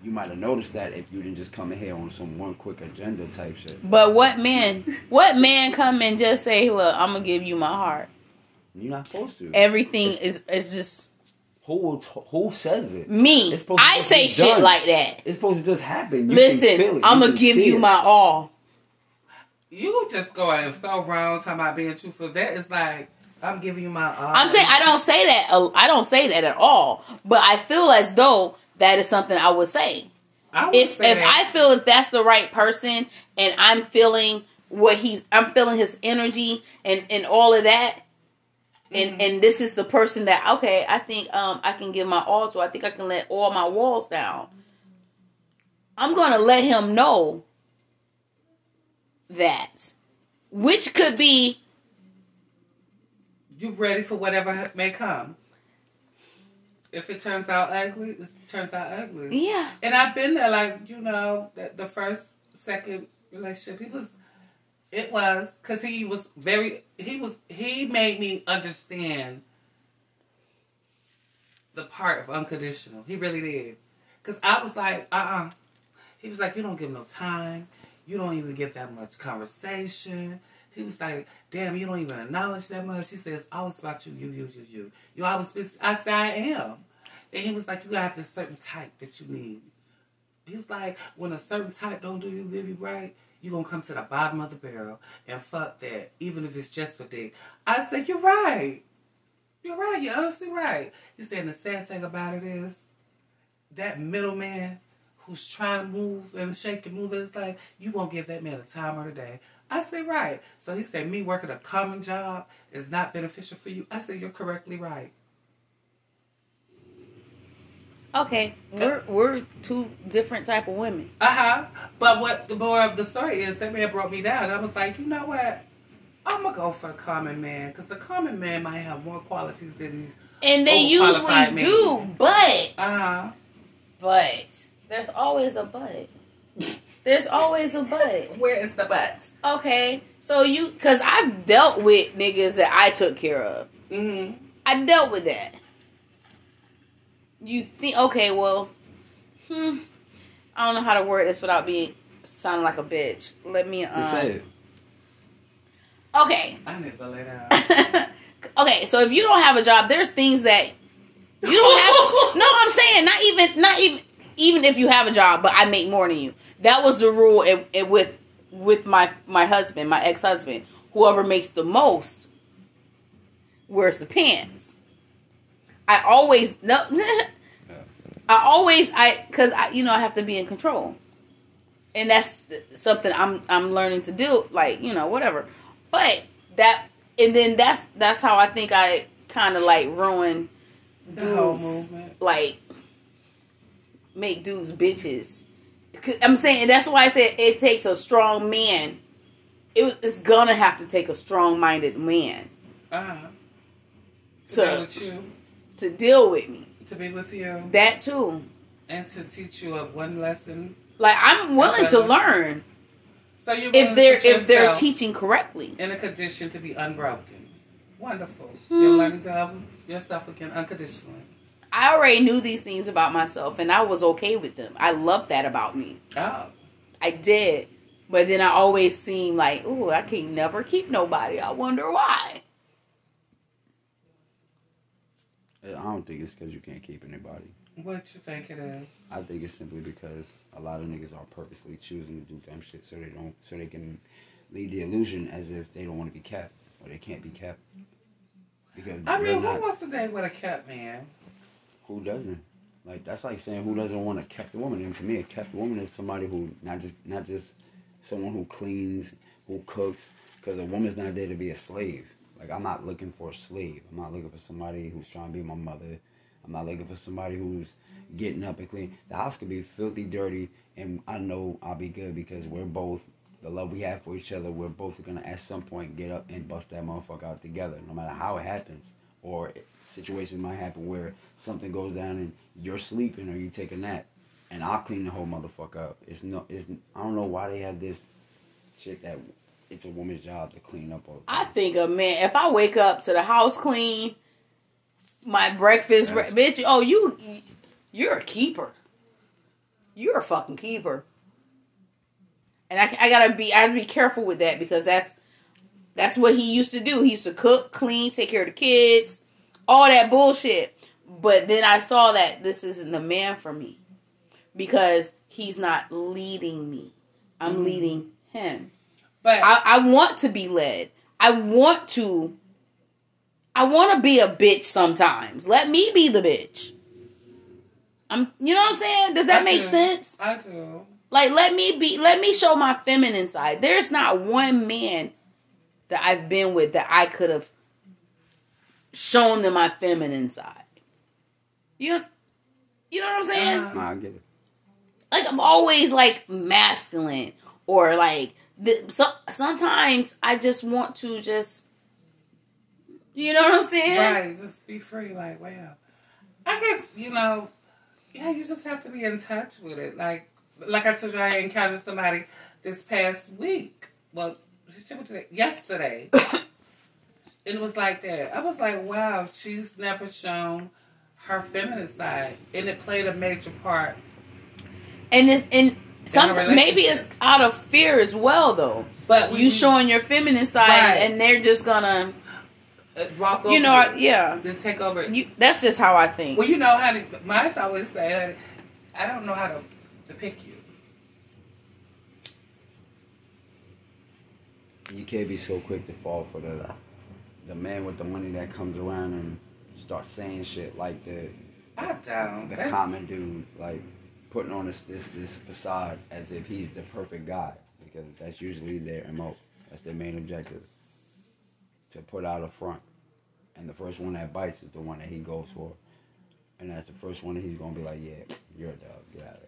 C: You might have noticed that if you didn't just come in here on some one quick agenda type shit.
A: But what man? What man come and just say, "Look, I'm gonna give you my heart.
C: You're not supposed to.
A: Everything is is just
C: who will t- who says it?
A: me.
C: It's supposed to
A: I
C: just
A: say
C: be
A: shit
C: done.
A: like that.
C: It's supposed to just happen. You can feel it.
A: Listen,
C: You
A: I'm gonna
C: can
A: give
C: see
A: you
C: it.
A: my all.
B: You just going so wrong talking about being truthful. That is like, I'm giving you my all.
A: I'm saying I don't say that. uh, I don't say that at all. But I feel as though that is something I would say.
B: I would
A: If
B: say
A: if I
B: that.
A: feel if that's the right person and I'm feeling what he's, I'm feeling his energy and and all of that. And and this is the person that okay, I think um I can give my all to. I think I can let all my walls down. I'm gonna let him know that, which could be
B: you ready for whatever may come. If it turns out ugly, it turns out ugly.
A: yeah.
B: And I've been there, like you know, the, the first, second relationship. He was, it was, cause he was very. He was. He made me understand the part of unconditional. He really did, cause I was like, uh, uh He was like, you don't give no time. You don't even give that much conversation. He was like, damn, you don't even acknowledge that much. He says, always about you, you, you, you, you. You always busy. I said, I am. And he was like, you have this certain type that you need. He was like, when a certain type don't do you give you right, you gonna come to the bottom of the barrel and fuck that, even if it's just for dick. I said, you're right. You're right. You're honestly right. He said, and the sad thing about it is, that middleman who's trying to move and shake and move, it's like, you won't give that man a time or a day. I said, right. So he said, me working a common job is not beneficial for you. I said, you're correctly right.
A: Okay, we're we're two different type of women.
B: Uh huh. But what the more of the story is, that man brought me down. I was like, you know what? I'm gonna go for the common man because the common man might have more qualities than these.
A: And they
B: Overqualified
A: usually
B: men.
A: do, but
B: Uh huh.
A: but there's always a but. There's always a but.
B: Where is the butt?
A: Okay, so you because I've dealt with niggas that I took care of.
B: Mm
A: I dealt with that. You think okay, well, hmm, I don't know how to word this without being sounding like a bitch. Let me. Um,
C: Just say it.
A: Okay.
B: I need to lay down.
A: okay, so if you don't have a job, there's things that you don't have. no, I'm saying not even not even even if you have a job, but I make more than you. That was the rule it, it, with with my my husband, my ex husband. Whoever makes the most wears the pants. I always no. I always I because I you know I have to be in control, and that's something I'm I'm learning to do. Like you know whatever, but that and then that's that's how I think I kind of like ruin
B: The whole
A: dudes
B: movement.
A: like make dudes bitches. 'Cause I'm saying that's why I said it takes a strong man. It was, it's gonna have to take a strong minded man
B: Uh-huh. To be
A: to
B: with you,
A: to deal with me.
B: to be with you,
A: That too.
B: and to teach you of one lesson.
A: Like I'm willing to
B: Okay.
A: learn
B: So you
A: if they're
B: put
A: if they're
B: yourself
A: teaching correctly.
B: in a condition to be unbroken. Wonderful. You're
A: Hmm.
B: learning to love yourself again unconditionally.
A: I already knew these things about myself and I was okay with them. I loved that about me.
B: Oh.
A: I did. But then I always seemed like, ooh, I can never keep nobody. I wonder why.
C: I don't think it's because you can't keep anybody.
B: What you think it is?
C: I think it's simply because a lot of niggas are purposely choosing to do dumb shit so they don't so they can lead the illusion as if they don't want to be kept or they can't be kept. Because
B: I
C: they're
B: mean, who
C: not-
B: wants to date with a cat man?
C: who doesn't? Like that's like saying who doesn't want a kept woman. And to me, a kept woman is somebody who not just not just someone who cleans, who cooks, because a woman's not there to be a slave. Like I'm not looking for a slave. I'm not looking for somebody who's trying to be my mother. I'm not looking for somebody who's getting up and clean. The house could be filthy, dirty, and I know I'll be good because we're both the love we have for each other. We're both gonna at some point get up and bust that motherfucker out together, no matter how it happens or situations might happen where something goes down and you're sleeping or you take a nap, and I'll clean the whole motherfucker up. It's no, it's I don't know why they have this shit that it's a woman's job to clean up. All the
A: I
C: time.
A: think a man, if I wake up to the house clean, my breakfast, re- bitch, oh, you, you're a keeper. You're a fucking keeper. And I, I gotta be, I have to be careful with that because that's, that's what he used to do. He used to cook, clean, take care of the kids, all that bullshit. But then I saw that this isn't the man for me because he's not leading me. I'm leading him.
B: But
A: I, I want to be led. I want to. I want to be a bitch sometimes. Let me be the bitch. I'm. You know what I'm saying? Does that
B: I
A: make
B: do.
A: sense?
B: I do.
A: Like, let me be. Let me show my feminine side. There's not one man that I've been with that I could have shown them my feminine side. You. You know what I'm saying?
B: Uh-huh.
C: Nah, I get it.
A: like I'm always like masculine or like the, so, sometimes I just want to just you know what I'm saying?
B: Right, just be free. Like, wow. I guess you know, yeah. You just have to be in touch with it. Like, like I told you, I encountered somebody this past week. Well, shit, what today? yesterday. it was like that. I was like, wow. She's never shown her feminine side, and it played a major part.
A: And it's and sometimes maybe it's
B: relationships.
A: out of fear as well though.
B: But when
A: You showing your feminine side
B: Right.
A: and they're just gonna
B: uh, walk over,
A: you know I-
B: it,
A: yeah.
B: then take over. it.
A: You that's just how I think.
B: Well, you know, honey, mine's always say, honey, I don't know how to, to pick you.
C: You can't be so quick to fall for the the man with the money that comes around and start saying shit like the
B: I don't.
C: the
B: That-
C: common dude like putting on this this this facade as if he's the perfect guy because that's usually their mo. That's their main objective to put out a front, and the first one that bites is the one that he goes for, and that's the first one that he's gonna be like, yeah, you're a dog, get out of there.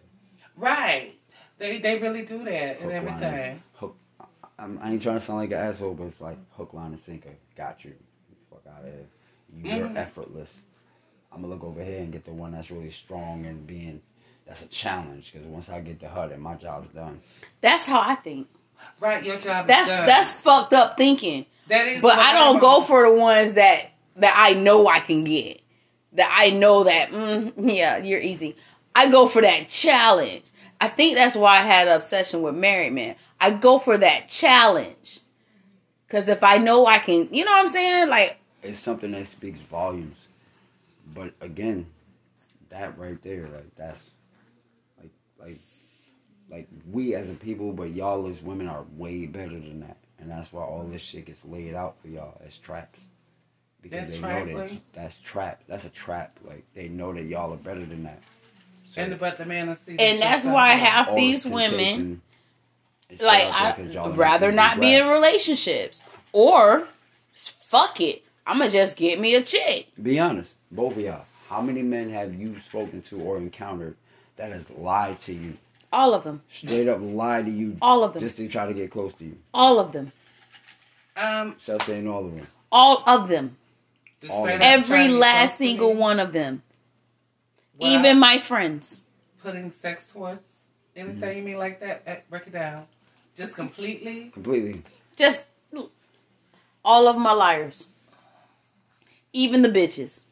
B: Right. They they really do that and
C: Hook, line,
B: everything.
C: hook. I, I'm- I ain't trying to sound like an asshole, but it's like hook, line, and sinker. Got you. Fuck out of here. You- You're
B: Mhm.
C: effortless. I'm gonna look over here and get the one that's really strong and being. That's a challenge because once I get to her, then my job's done.
A: That's how I think.
B: Right, your job
A: That's
B: is done.
A: that's fucked up thinking.
B: that is
A: But
B: the
A: I don't
B: problem.
A: go for the ones that that I know I can get. That I know that mm, yeah, you're easy. I go for that challenge. I think that's why I had an obsession with married men. I go for that challenge. Cause if I know I can, you know what I'm saying? Like,
C: It's something that speaks volumes. But again, that right there, like that's like like like we as a people, but y'all as women are way better than that. And that's why all this shit gets laid out for y'all as traps. Because
B: That's
C: they know that
B: trifling.
C: that's trap. That's a trap. Like they know that y'all are better than that. So
B: And the, but the man will see. that
A: and
B: you're
A: that's why
B: suffering.
A: half
C: all
A: these
C: this
A: women
C: temptation is
A: like
C: set up because y'all
A: I'd
C: are
A: rather
C: easy
A: not be
C: grab.
A: in relationships or fuck it. I'm gonna just get me a chick.
C: Be honest, both of y'all. How many men have you spoken to or encountered that has lied to you,
A: All of them.
C: straight up lied to you,
A: All of them.
C: just to try to get close to you?
A: all of them.
B: Um,
C: Shall saying all of them.
A: All of them.
B: just
C: All
B: straight up
C: of them.
A: Every
B: trying to
A: last
B: talk to
A: single
B: me
A: one of them.
B: without
A: Even my friends.
B: putting sex towards anything you mean like that. eh, Break it down. Just completely.
C: Completely.
A: Just all of my liars. Even the bitches.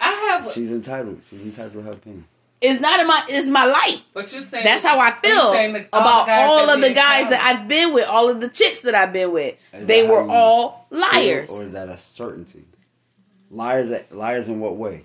B: I have.
C: She's entitled. She's entitled to her opinion.
A: It's not in my it's my life.
B: But you're saying
A: That's how I
B: you're saying
A: feel
B: that
A: about
B: guys
A: all
B: that
A: of the
B: we
A: guys that
B: encounter-
A: I've been with, all of the chicks that I've been with.
C: Is
A: They
C: that
A: were
C: how you
A: all liars.
C: Or is that a certainty? Liars. at- Liars in what way?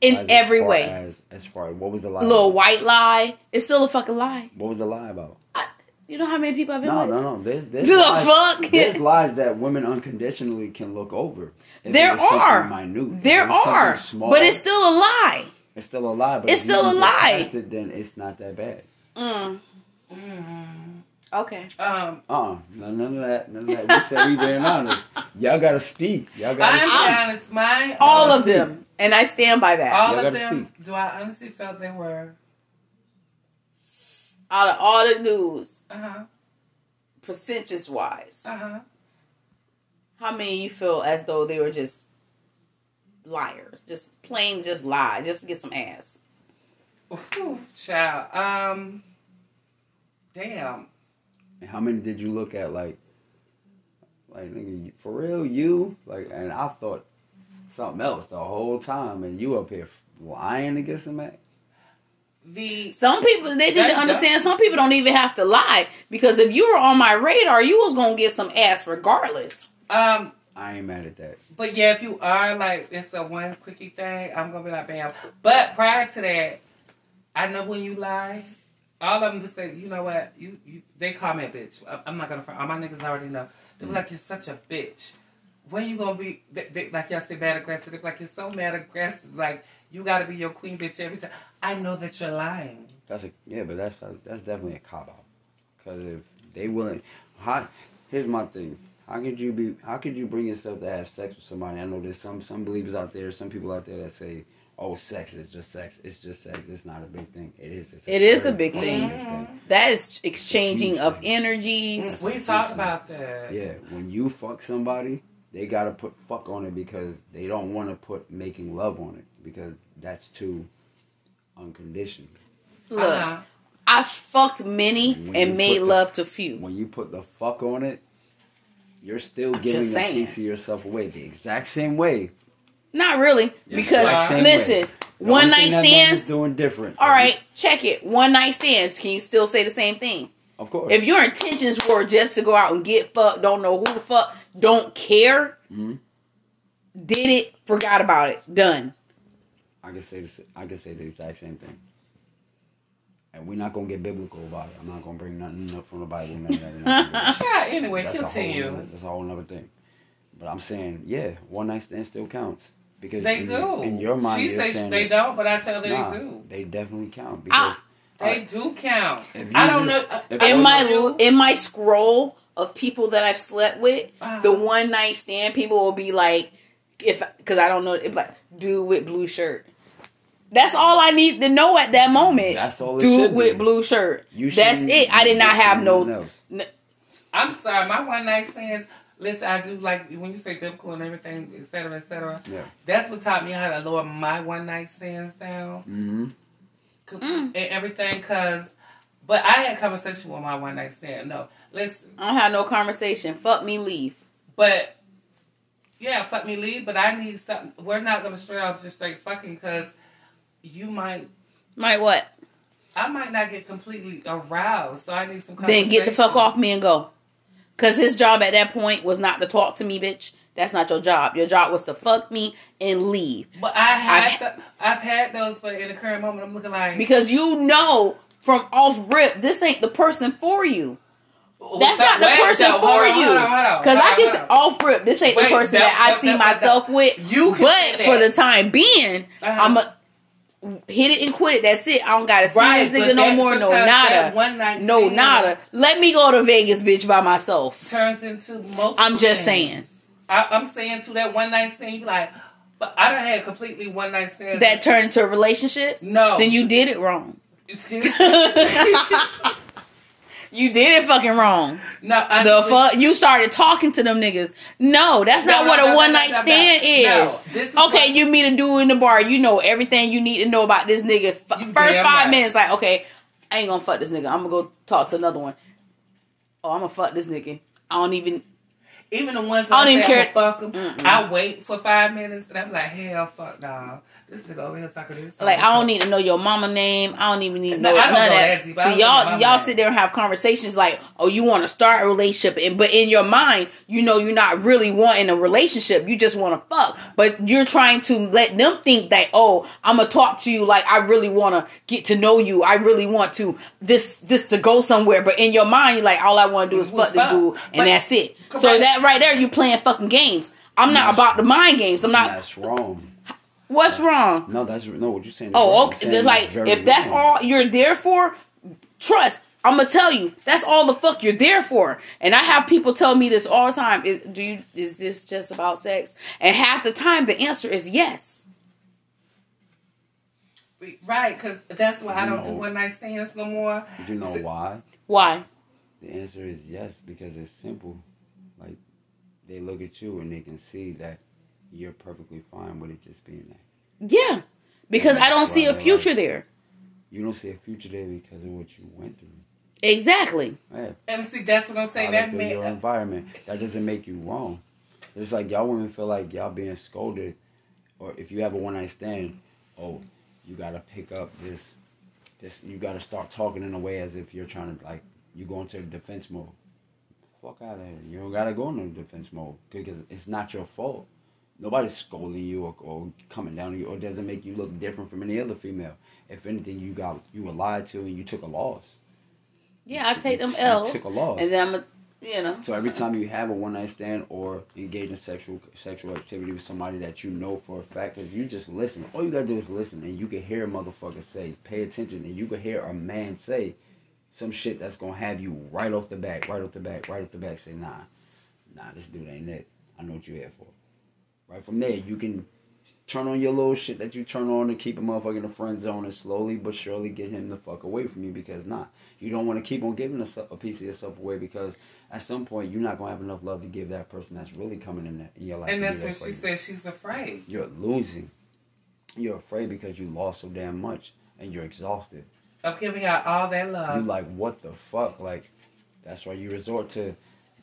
A: In
C: Liars as
A: every
C: far
A: way.
C: As, as far as what was the lie?
A: little
C: about?
A: white lie. It's still a fucking lie.
C: What was the lie about?
A: I, you know how many people I've been
C: No,
A: with?
C: no, no. There's, there's
A: The
C: lies,
A: fuck?
C: There's lies that women unconditionally can look over. If
A: There
C: it was something
A: are.
C: Minute. If
A: There
C: it was something
A: are,
C: small,
A: but it's still a lie.
C: It's still a lie. But
A: It's
C: if you
A: still
C: can
A: a
C: get
A: lie.
C: past It, then it's not that bad.
A: Mm. Okay.
B: Um,
C: Uh, no, none of that. None of that. We said we being honest. Y'all gotta speak. Y'all gotta
B: I'm
C: speak.
B: be honest. Mine.
A: All of them, and I stand by that.
B: All
C: Y'all
B: of
C: gotta
B: them. Do I honestly felt they were?
A: Out of all the dudes,
B: Uh huh.
A: percentage wise,
B: Uh huh.
A: how many you feel as though they were just liars, just plain, just lie, just to get some ass?
B: Ooh, child. Um. Damn.
C: And How many did you look at? Like, like nigga, you- for real, you like? And I thought something else the whole time, and you up here lying to get some. act?
B: The
A: Some people they
B: That's
A: didn't understand. Some people don't even have to lie because if you were on my radar, you was gonna get some ass regardless.
B: um.
C: I ain't mad at that.
B: But yeah, if you are like it's a one quickie thing, I'm gonna be like, bam. But prior to that, I know when you lie. All of them would say, you know what? You, you they call me a bitch. I- I'm not gonna front. All my niggas already know.
C: Mm.
B: They be like, you're such a bitch. When you gonna be they, they, like y'all say mad aggressive? They be like you're so mad aggressive. Like you gotta be your queen bitch every time. I know that you're lying.
C: That's a yeah, but that's a, that's definitely a cop out. Cause if they willing, how here's my thing. How could you be? How could you bring yourself to have sex with somebody? I know there's some some believers out there, some people out there that say, "Oh, sex is just sex. It's just sex. It's not a big thing. It is. It's
A: It is a
C: very
A: big
C: fucking
A: thing.
C: big thing.
A: That is exchanging of
C: Huge
A: energies.
B: We talked about that.
C: Yeah, when you fuck somebody, they gotta put fuck on it because they don't want to put making love on it because that's too unconditioned.
A: Look,
B: Uh-huh.
A: I fucked many
C: When you
A: and made
C: put the-
A: love to few.
C: when you put the fuck on it, you're still
A: I'm
C: giving
A: just
C: a
A: saying.
C: piece of yourself away the exact same way.
A: Not really,
C: Yeah,
A: because
B: exact same
A: listen,
C: way. The
A: one
C: only
A: night
C: thing that man is
A: stands.
C: doing different.
A: All right, check it. One night stands. Can you still say the same thing?
C: of course.
A: If your intentions were just to go out and get fucked, don't know who the fuck, don't care,
C: Mhm.
A: did it, forgot about it, done.
C: I can say this, I can say the exact same thing. And we're not gonna get biblical about it. I'm not gonna bring nothing up from the Bible. None, of that, none of that.
B: Yeah. Anyway,
C: A whole,
B: continue.
C: nother- that's a whole other thing. But I'm saying, yeah, one night stand still counts because
B: They
C: in,
B: do.
C: in your mind.
B: she
C: you're
B: says
C: saying,
B: they don't, but I tell her
C: nah,
B: they do.
C: They definitely count
A: I-
C: because
B: They do count.
C: If you
B: I don't
C: just-
B: know. uh,
C: if
B: I
C: you-
A: In
B: don't
A: my
B: know.
A: in my scroll of people that I've slept with,
C: Ah.
B: Uh-huh.
A: the one night stand people will be like, if because I don't know, but dude with blue shirt. That's all I need to know at that moment.
C: That's all it
A: Dude
C: should
A: with
C: be.
A: blue shirt.
C: You
A: That's
C: shouldn't
A: it. I did not
C: be
A: have
C: nothing
A: no.
C: else.
A: n-
B: I'm sorry. My one night stands. Listen, I do like when you say biblical and everything, et cetera, et cetera.
C: Yeah.
B: That's what taught me how to lower my one night stands down
C: Mm-hmm.
B: c-
A: Mm.
B: and everything. Cause, but I had conversation with my one night stand. No, listen,
A: I don't have no conversation. Fuck me, leave.
B: but yeah, fuck me, leave. But I need something. We're not gonna straight off just straight fucking. Cause you might
A: My what?
B: I might not get completely aroused, so I need some.
A: Then get the fuck
B: conversation.
A: off me and go. Cause his job at that point was not to talk to me, bitch. That's not your job. Your job was to fuck me and leave.
B: But I had the, I've had those, but in the current moment, I'm looking like
A: Because you know from off rip, this ain't the person for you.
B: Well,
A: That's
B: that-
A: not the
B: wait,
A: person
B: no,
A: for
B: hold on,
A: you.
B: hold on, hold on,
A: Cause
B: hold
A: I
B: on,
A: can
B: hold
A: say
B: on.
A: off rip, this ain't
B: Wait,
A: the person
B: that-
A: that, I
B: that-
A: see
B: that- that-
A: myself with.
B: You can
A: but
B: say that.
A: for the time being,
B: Uh-huh.
A: I'm a hit it and quit it. That's it. I don't gotta see this
B: Right, but
A: nigga no
B: that-
A: more. No
B: sometimes that
A: nada.
B: One night
A: No
B: stand
A: nada. Let me go to Vegas, bitch, by myself.
B: turns into multiple.
A: I'm just
B: things.
A: saying.
B: I, I'm saying to that one night stand, you be like, but I don't had completely one night stands.
A: that turn into relationships,
B: No.
A: then you did it wrong.
B: Excuse
A: you did it fucking wrong.
B: no,
A: the
B: honestly,
A: fuck you started talking to them niggas. No, that's
B: No,
A: not
B: no,
A: what
B: no,
A: a
B: no,
A: one night
B: no, no, no.
A: stand
B: No,
A: is.
B: this is
A: okay,
B: what-
A: you meet a dude in the bar. You know everything you need to know about this nigga. F-
B: You
A: First
B: damn
A: five
B: right.
A: minutes, like okay, I ain't gonna fuck this nigga. I'm gonna go talk to another one. Oh, I'm gonna fuck this nigga. I don't even.
B: Even the ones that
A: I
B: I
A: don't even
B: don't
A: care-
B: care. Fuck 'em, I wait for five minutes and I'm like, hell, fuck, dog. This nigga over here talking to this.
A: Like
B: nigga.
A: I don't need to know your mama name. I don't even need to
B: No,
A: know
B: I
A: none
B: don't
A: of
B: know
A: that.
B: that deep. I
A: So
B: don't know my
A: y'all y'all
B: mama.
A: sit there and have conversations like, oh, you want to start a relationship, and but in your mind, you know you're not really wanting a relationship. You just want to fuck, but you're trying to let them think that oh, I'm gonna talk to you like I really want to get to know you. I really want to this this to go somewhere. But in your mind, you're like all I want to do is
B: Was
A: fuck this
B: fuck.
A: dude, and
B: But-
A: that's it. So
B: Correct.
A: that right there, you playing fucking games. I'm not about the mind games. I'm not.
C: That's wrong.
A: What's wrong?
C: No, that's no. What you're saying? is
A: Oh,
C: wrong.
A: okay.
C: I'm saying
A: Then, like,
C: it's very
A: if that's
C: wrong.
A: all you're there for, trust. I'm gonna tell you, that's all the fuck you're there for. And I have people tell me this all the time. Is, do you? Is this just about sex? And half the time, the answer is yes.
B: Right, because that's why I don't do
C: No.
B: one night stands no more.
C: you know
B: So-
C: why?
A: Why?
C: The answer is yes because it's simple. Like they look at you and they can see that you're perfectly fine with it just being that.
A: Yeah, because I don't see a future there.
C: You don't see a future there because of what you went through.
A: Exactly.
C: Yeah,
B: And see, that's what I'm saying.
C: product
B: That uh,
C: of your
B: meant
C: environment. That doesn't make you wrong. It's like y'all women feel like y'all being scolded, or if you have a one night stand, oh, you gotta pick up this, this. You gotta start talking in a way as if you're trying to like you go into defense mode. Fuck out of here. You don't gotta go into defense mode because it's not your fault. Nobody's scolding you or, or coming down on you or doesn't make you look different from any other female. If anything, you got you were lied to and you took a loss.
A: Yeah, I take them
C: You
A: L's,
C: took a loss.
A: and then I'm, a, you know,
C: So every time you have a one night stand or engage in sexual sexual activity with somebody that you know for a fact, if you just listen, all you gotta do is listen, and you can hear a motherfucker say, "Pay attention," and you can hear a man say some shit that's gonna have you right off the back, right off the back, right off the back. Say, "Nah, nah, this dude ain't it. I know what you here for." Right from there, you can turn on your little shit that you turn on to keep a motherfucker in the friend zone and slowly but surely get him the fuck away from you because nah, you don't want to keep on giving a, a piece of yourself away because at some point you're not gonna have enough love to give that person that's really coming in, that, in your life.
B: and
C: to do
B: that's
C: that
B: when
C: for
B: she
C: you.
B: said she's afraid.
C: You're losing. You're afraid because you lost so damn much and you're exhausted.
B: of giving out all that love.
C: You like what the fuck? Like that's why you resort to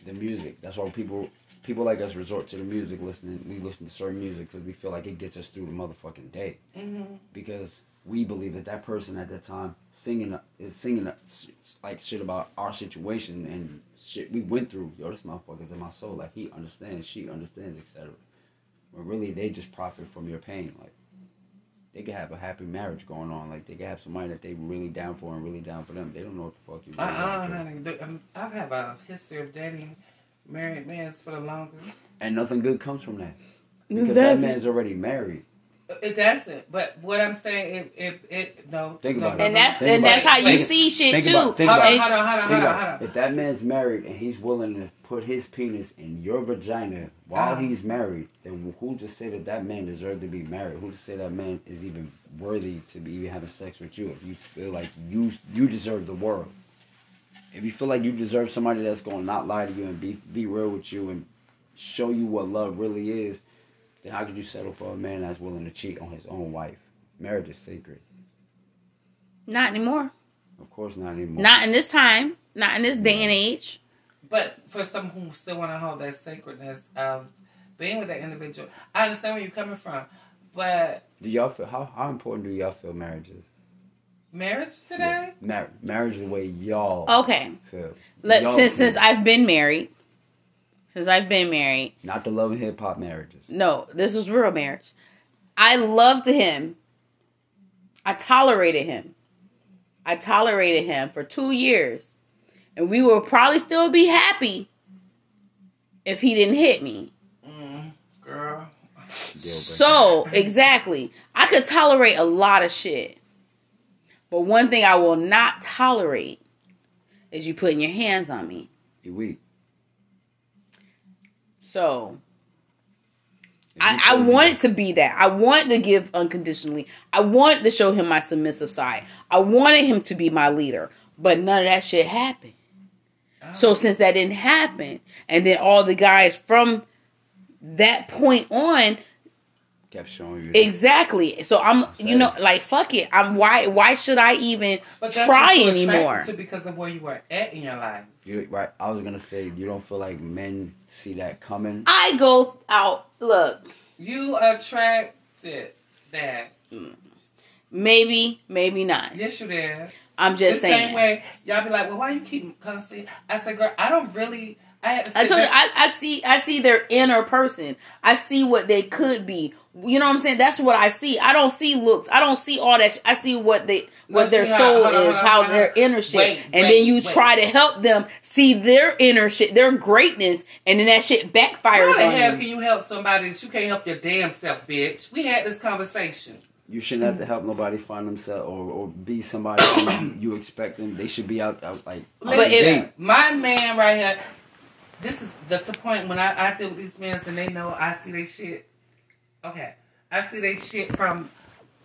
C: the music. That's why people people like us resort to the music. Listening, we listen to certain music because we feel like it gets us through the motherfucking day.
B: Mhm.
C: Because we believe that that person at that time singing is singing uh, s- like shit about our situation and shit we went through. Yo, this motherfucker's in my soul. Like he understands, she understands, etc. But really, they just profit from your pain. Like they could have a happy marriage going on. Like they could have somebody that they really down for and really down for them. They don't know what the fuck you.
B: Uh
C: really
B: uh
C: want
A: Uh-uh.
C: to do.
B: honey. The- um, I've have a history of dating married men for the longest.
C: And nothing good comes from that because that
A: that's
C: man's already married.
B: Uh, It doesn't. But what I'm saying, it, it, it no.
C: Think
B: no,
C: about
B: no,
C: it.
A: and that's
C: Think
A: and
C: about
A: that's
C: it.
A: how you
B: Wait.
A: see shit
C: Think
A: too.
C: about it. Think
B: Hold
C: about
B: on,
C: it.
B: hold on, hold on,
C: Think
B: hold on,
C: about
B: hold
C: it.
B: on.
C: If that man's married and he's willing to put his penis in your vagina
B: Ah.
C: while he's married, then who's to say that that man deserves to be married? Who's to say that man is even worthy to be even having sex with you? If you feel like you you deserve the world, if you feel like you deserve somebody that's gonna not lie to you and be be real with you and show you what love really is, then how could you settle for a man that's willing to cheat on his own wife? Marriage is sacred.
A: Not anymore.
C: Of course not anymore.
A: Not in this time. Not in this day and age.
B: But for some who still want to hold that sacredness of being with that individual, I understand where you're coming from. But
C: Do y'all feel how, how important do y'all feel marriage is?
B: marriage today?
C: Mar- marriage the way y'all
A: Okay.
C: feel.
A: Oh, Let,
C: Y'all
A: since
C: feel.
A: since I've been married, since I've been married,
C: not the love and hip hop marriages.
A: no, this was real marriage. I loved him. I tolerated him. I tolerated him for two years, and we would probably still be happy if he didn't hit me.
B: Mm, girl.
C: Deal breaker.
A: So exactly, I could tolerate a lot of shit, but one thing I will not tolerate is you putting your hands on me.
C: you weak.
A: So
C: If you
A: I, I
C: feel you-
A: want it to be that. I want to give unconditionally. I want to show him my submissive side. I wanted him to be my leader, but none of that shit happened.
B: Oh.
A: So since that didn't happen, and then all the guys from that point on
C: kept showing you.
A: Exactly. So I'm, you know, like fuck it. I'm why why should I even try
B: what you attracted
A: anymore?
B: To because of where you were at in your life.
C: You- right. I was gonna say you don't feel like men see that coming.
A: I go out. Look,
B: You attracted that.
A: maybe, maybe not.
B: Yes, you did.
A: I'm just
B: the
A: saying.
B: same way y'all be like, well, why you keep constantly? I said, girl, I don't really. I had to
A: I
B: sit
A: told you,
B: back-
A: I, I see, I see their inner person. I see what they could be. You know what I'm saying? That's what I see. I don't see looks. I don't see all that. Sh- I see what they, what
B: Let's
A: their
B: see how-
A: soul
B: hold on,
A: is,
B: hold on,
A: how
B: hold on.
A: their inner shit,
B: Wait,
A: and
B: wait,
A: then you
B: wait.
A: try to help them see their inner shit, their greatness, and then that shit backfires
B: How the
A: on
B: hell
A: you.
B: can you help somebody that you can't help your damn self, bitch? We had this conversation.
C: You shouldn't have to help nobody find themselves or, or be somebody who you expect them. They should be out, out like.
A: But
C: out the
A: if-
C: gate.
B: My man right here, this is the, the point when I, I deal with these men and they know I see they shit. Okay. I see they shit from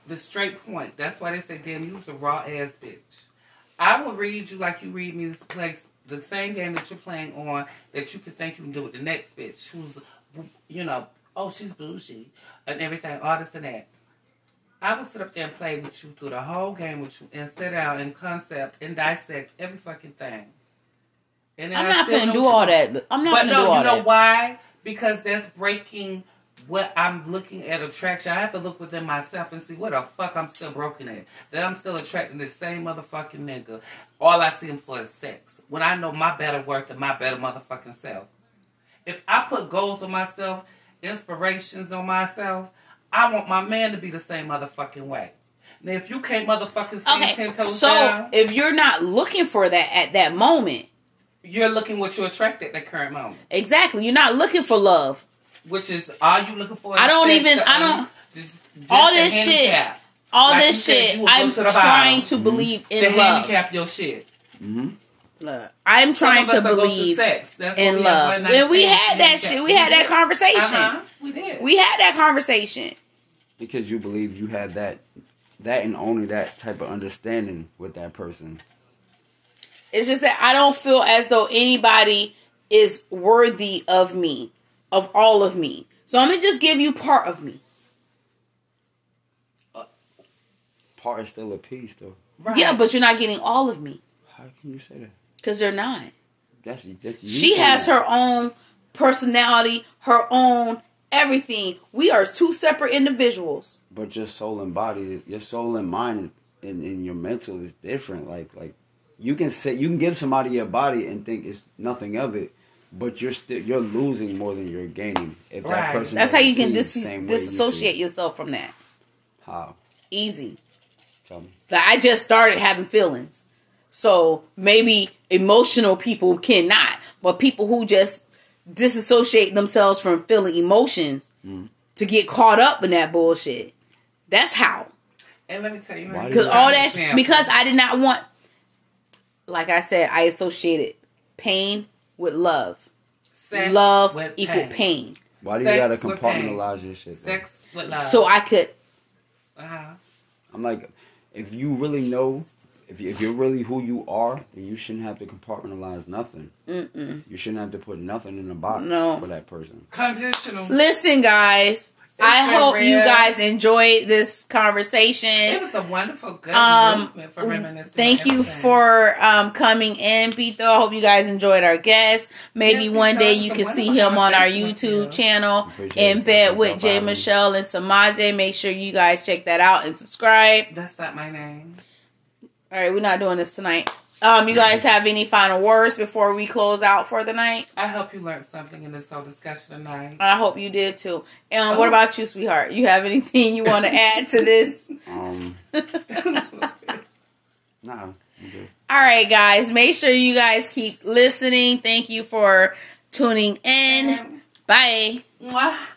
B: the straight point. That's why they say, damn, you's a raw ass bitch. I will read you like you read me this place, the same game that you're playing on that you could think you can do with the next bitch who's, you know, oh, she's bougie and everything, all this and that. I would sit up there and play with you through the whole game with you and sit down and concept and dissect every fucking thing. And then
A: I'm
B: I
A: not
B: still
A: gonna
B: know
A: do
B: what you
A: all
B: want.
A: that. I'm not
B: But
A: gonna do
B: no,
A: all
B: you know
A: that.
B: why? Because that's breaking what I'm looking at attraction. I have to look within myself and see what the fuck I'm still broken at. That I'm still attracting the same motherfucking nigga. All I see him for is sex. When I know my better worth and my better motherfucking self. If I put goals on myself, inspirations on myself, I want my man to be the same motherfucking way. Now, if you can't motherfucking see
A: Okay,
B: ten toes
A: so
B: down,
A: if you're not looking for that at that moment,
B: you're looking what you attract at the current moment.
A: exactly, you're not looking for love.
B: which is all you looking for. is
A: I don't
B: sex
A: even-
B: to
A: I
B: own-
A: don't-
B: Just, just
A: all
B: to
A: this shit-
B: handicap-
A: All
B: Like
A: this
B: you said,
A: shit,
B: you will go
A: I'm
B: to the bottom
A: trying to believe
B: to
A: in love.
B: Mm-hmm. handicap your shit.
C: Mm-hmm.
A: Look, I'm trying
B: Some
A: to
B: of us are goes
A: believe
B: sex. That's what
A: in
B: we
A: love.
B: have to
A: When we
B: understand.
A: had that shit, we had that conversation.
B: Uh-huh. We did.
A: We had that conversation.
C: because you believe you have that, that and only that type of understanding with that person.
A: It's just that I don't feel as though anybody is worthy of me, of all of me. So I'm gonna just give you part of me.
C: Part is still a piece, though.
B: Right.
A: Yeah, but you're not getting all of me
C: How can you say that?
A: because they're not.
C: That's, that's you
A: she
C: saying
A: has
C: that.
A: her own personality, her own everything. We are two separate individuals.
C: but your soul and body, your soul and mind, and, and your mental is different. Like like you can say you can give somebody your body and think it's nothing of it, but you're still you're losing more than you're gaining. If that
B: Right.
C: person
A: That's how
C: doesn't
A: you can
C: see
A: dis-
C: the same way you see.
A: disassociate yourself from that.
C: How?
A: Easy.
C: Tell me.
A: Like I just started having feelings. So maybe emotional people cannot, but people who just disassociate themselves from feeling emotions to get caught up in that bullshit. That's how.
B: and let me tell you,
C: Why
B: honey,
C: do
A: Cuz
C: you-
A: all that sh-
B: example.
A: because I did not want like I said, I associated pain with love.
B: Sex
A: love
B: with
A: equal pain.
C: Why do you
B: Sex
C: gotta
B: with pain.
C: compartmentalize your shit? though?
B: Sex with love.
A: So I could
B: uh-huh.
C: I'm like, if you really know, if, you, if you're really who you are, then you shouldn't have to compartmentalize nothing.
A: mm-mm.
C: You shouldn't have to put nothing in a box
A: No.
C: for that person.
B: conditional.
A: Listen guys, I
B: been
A: hope you
B: real.
A: guys enjoyed this
B: It
A: conversation.
B: was a wonderful, good
A: Um,
B: movement for reminiscing.
A: Thank
B: and
A: you
B: everything.
A: for um, coming in, Pito. I hope you guys enjoyed our guest. Maybe
B: Yes,
A: one
B: Pito,
A: day
B: it's
A: you
B: a
A: can see
B: wonderful
A: him on our
B: conversation with
A: YouTube
B: you.
A: channel,
C: Appreciate
A: In
C: it.
A: Bed
C: Thank
A: with
C: y'all
A: Jay
C: for having me.
A: Michelle and Samaje. Make sure you guys check that out and subscribe.
B: That's not my name.
A: All right, we're not doing this tonight. Um, you guys have any final words before we close out for the night?
D: I hope you learned something in this whole discussion tonight.
A: I hope you did too. And
B: Oh.
A: what about you, sweetheart? You have anything you want to add to this?
C: Um, nah, I'm good.
A: All right, guys. Make sure you guys keep listening. Thank you for tuning in. Bye.
D: Mwah.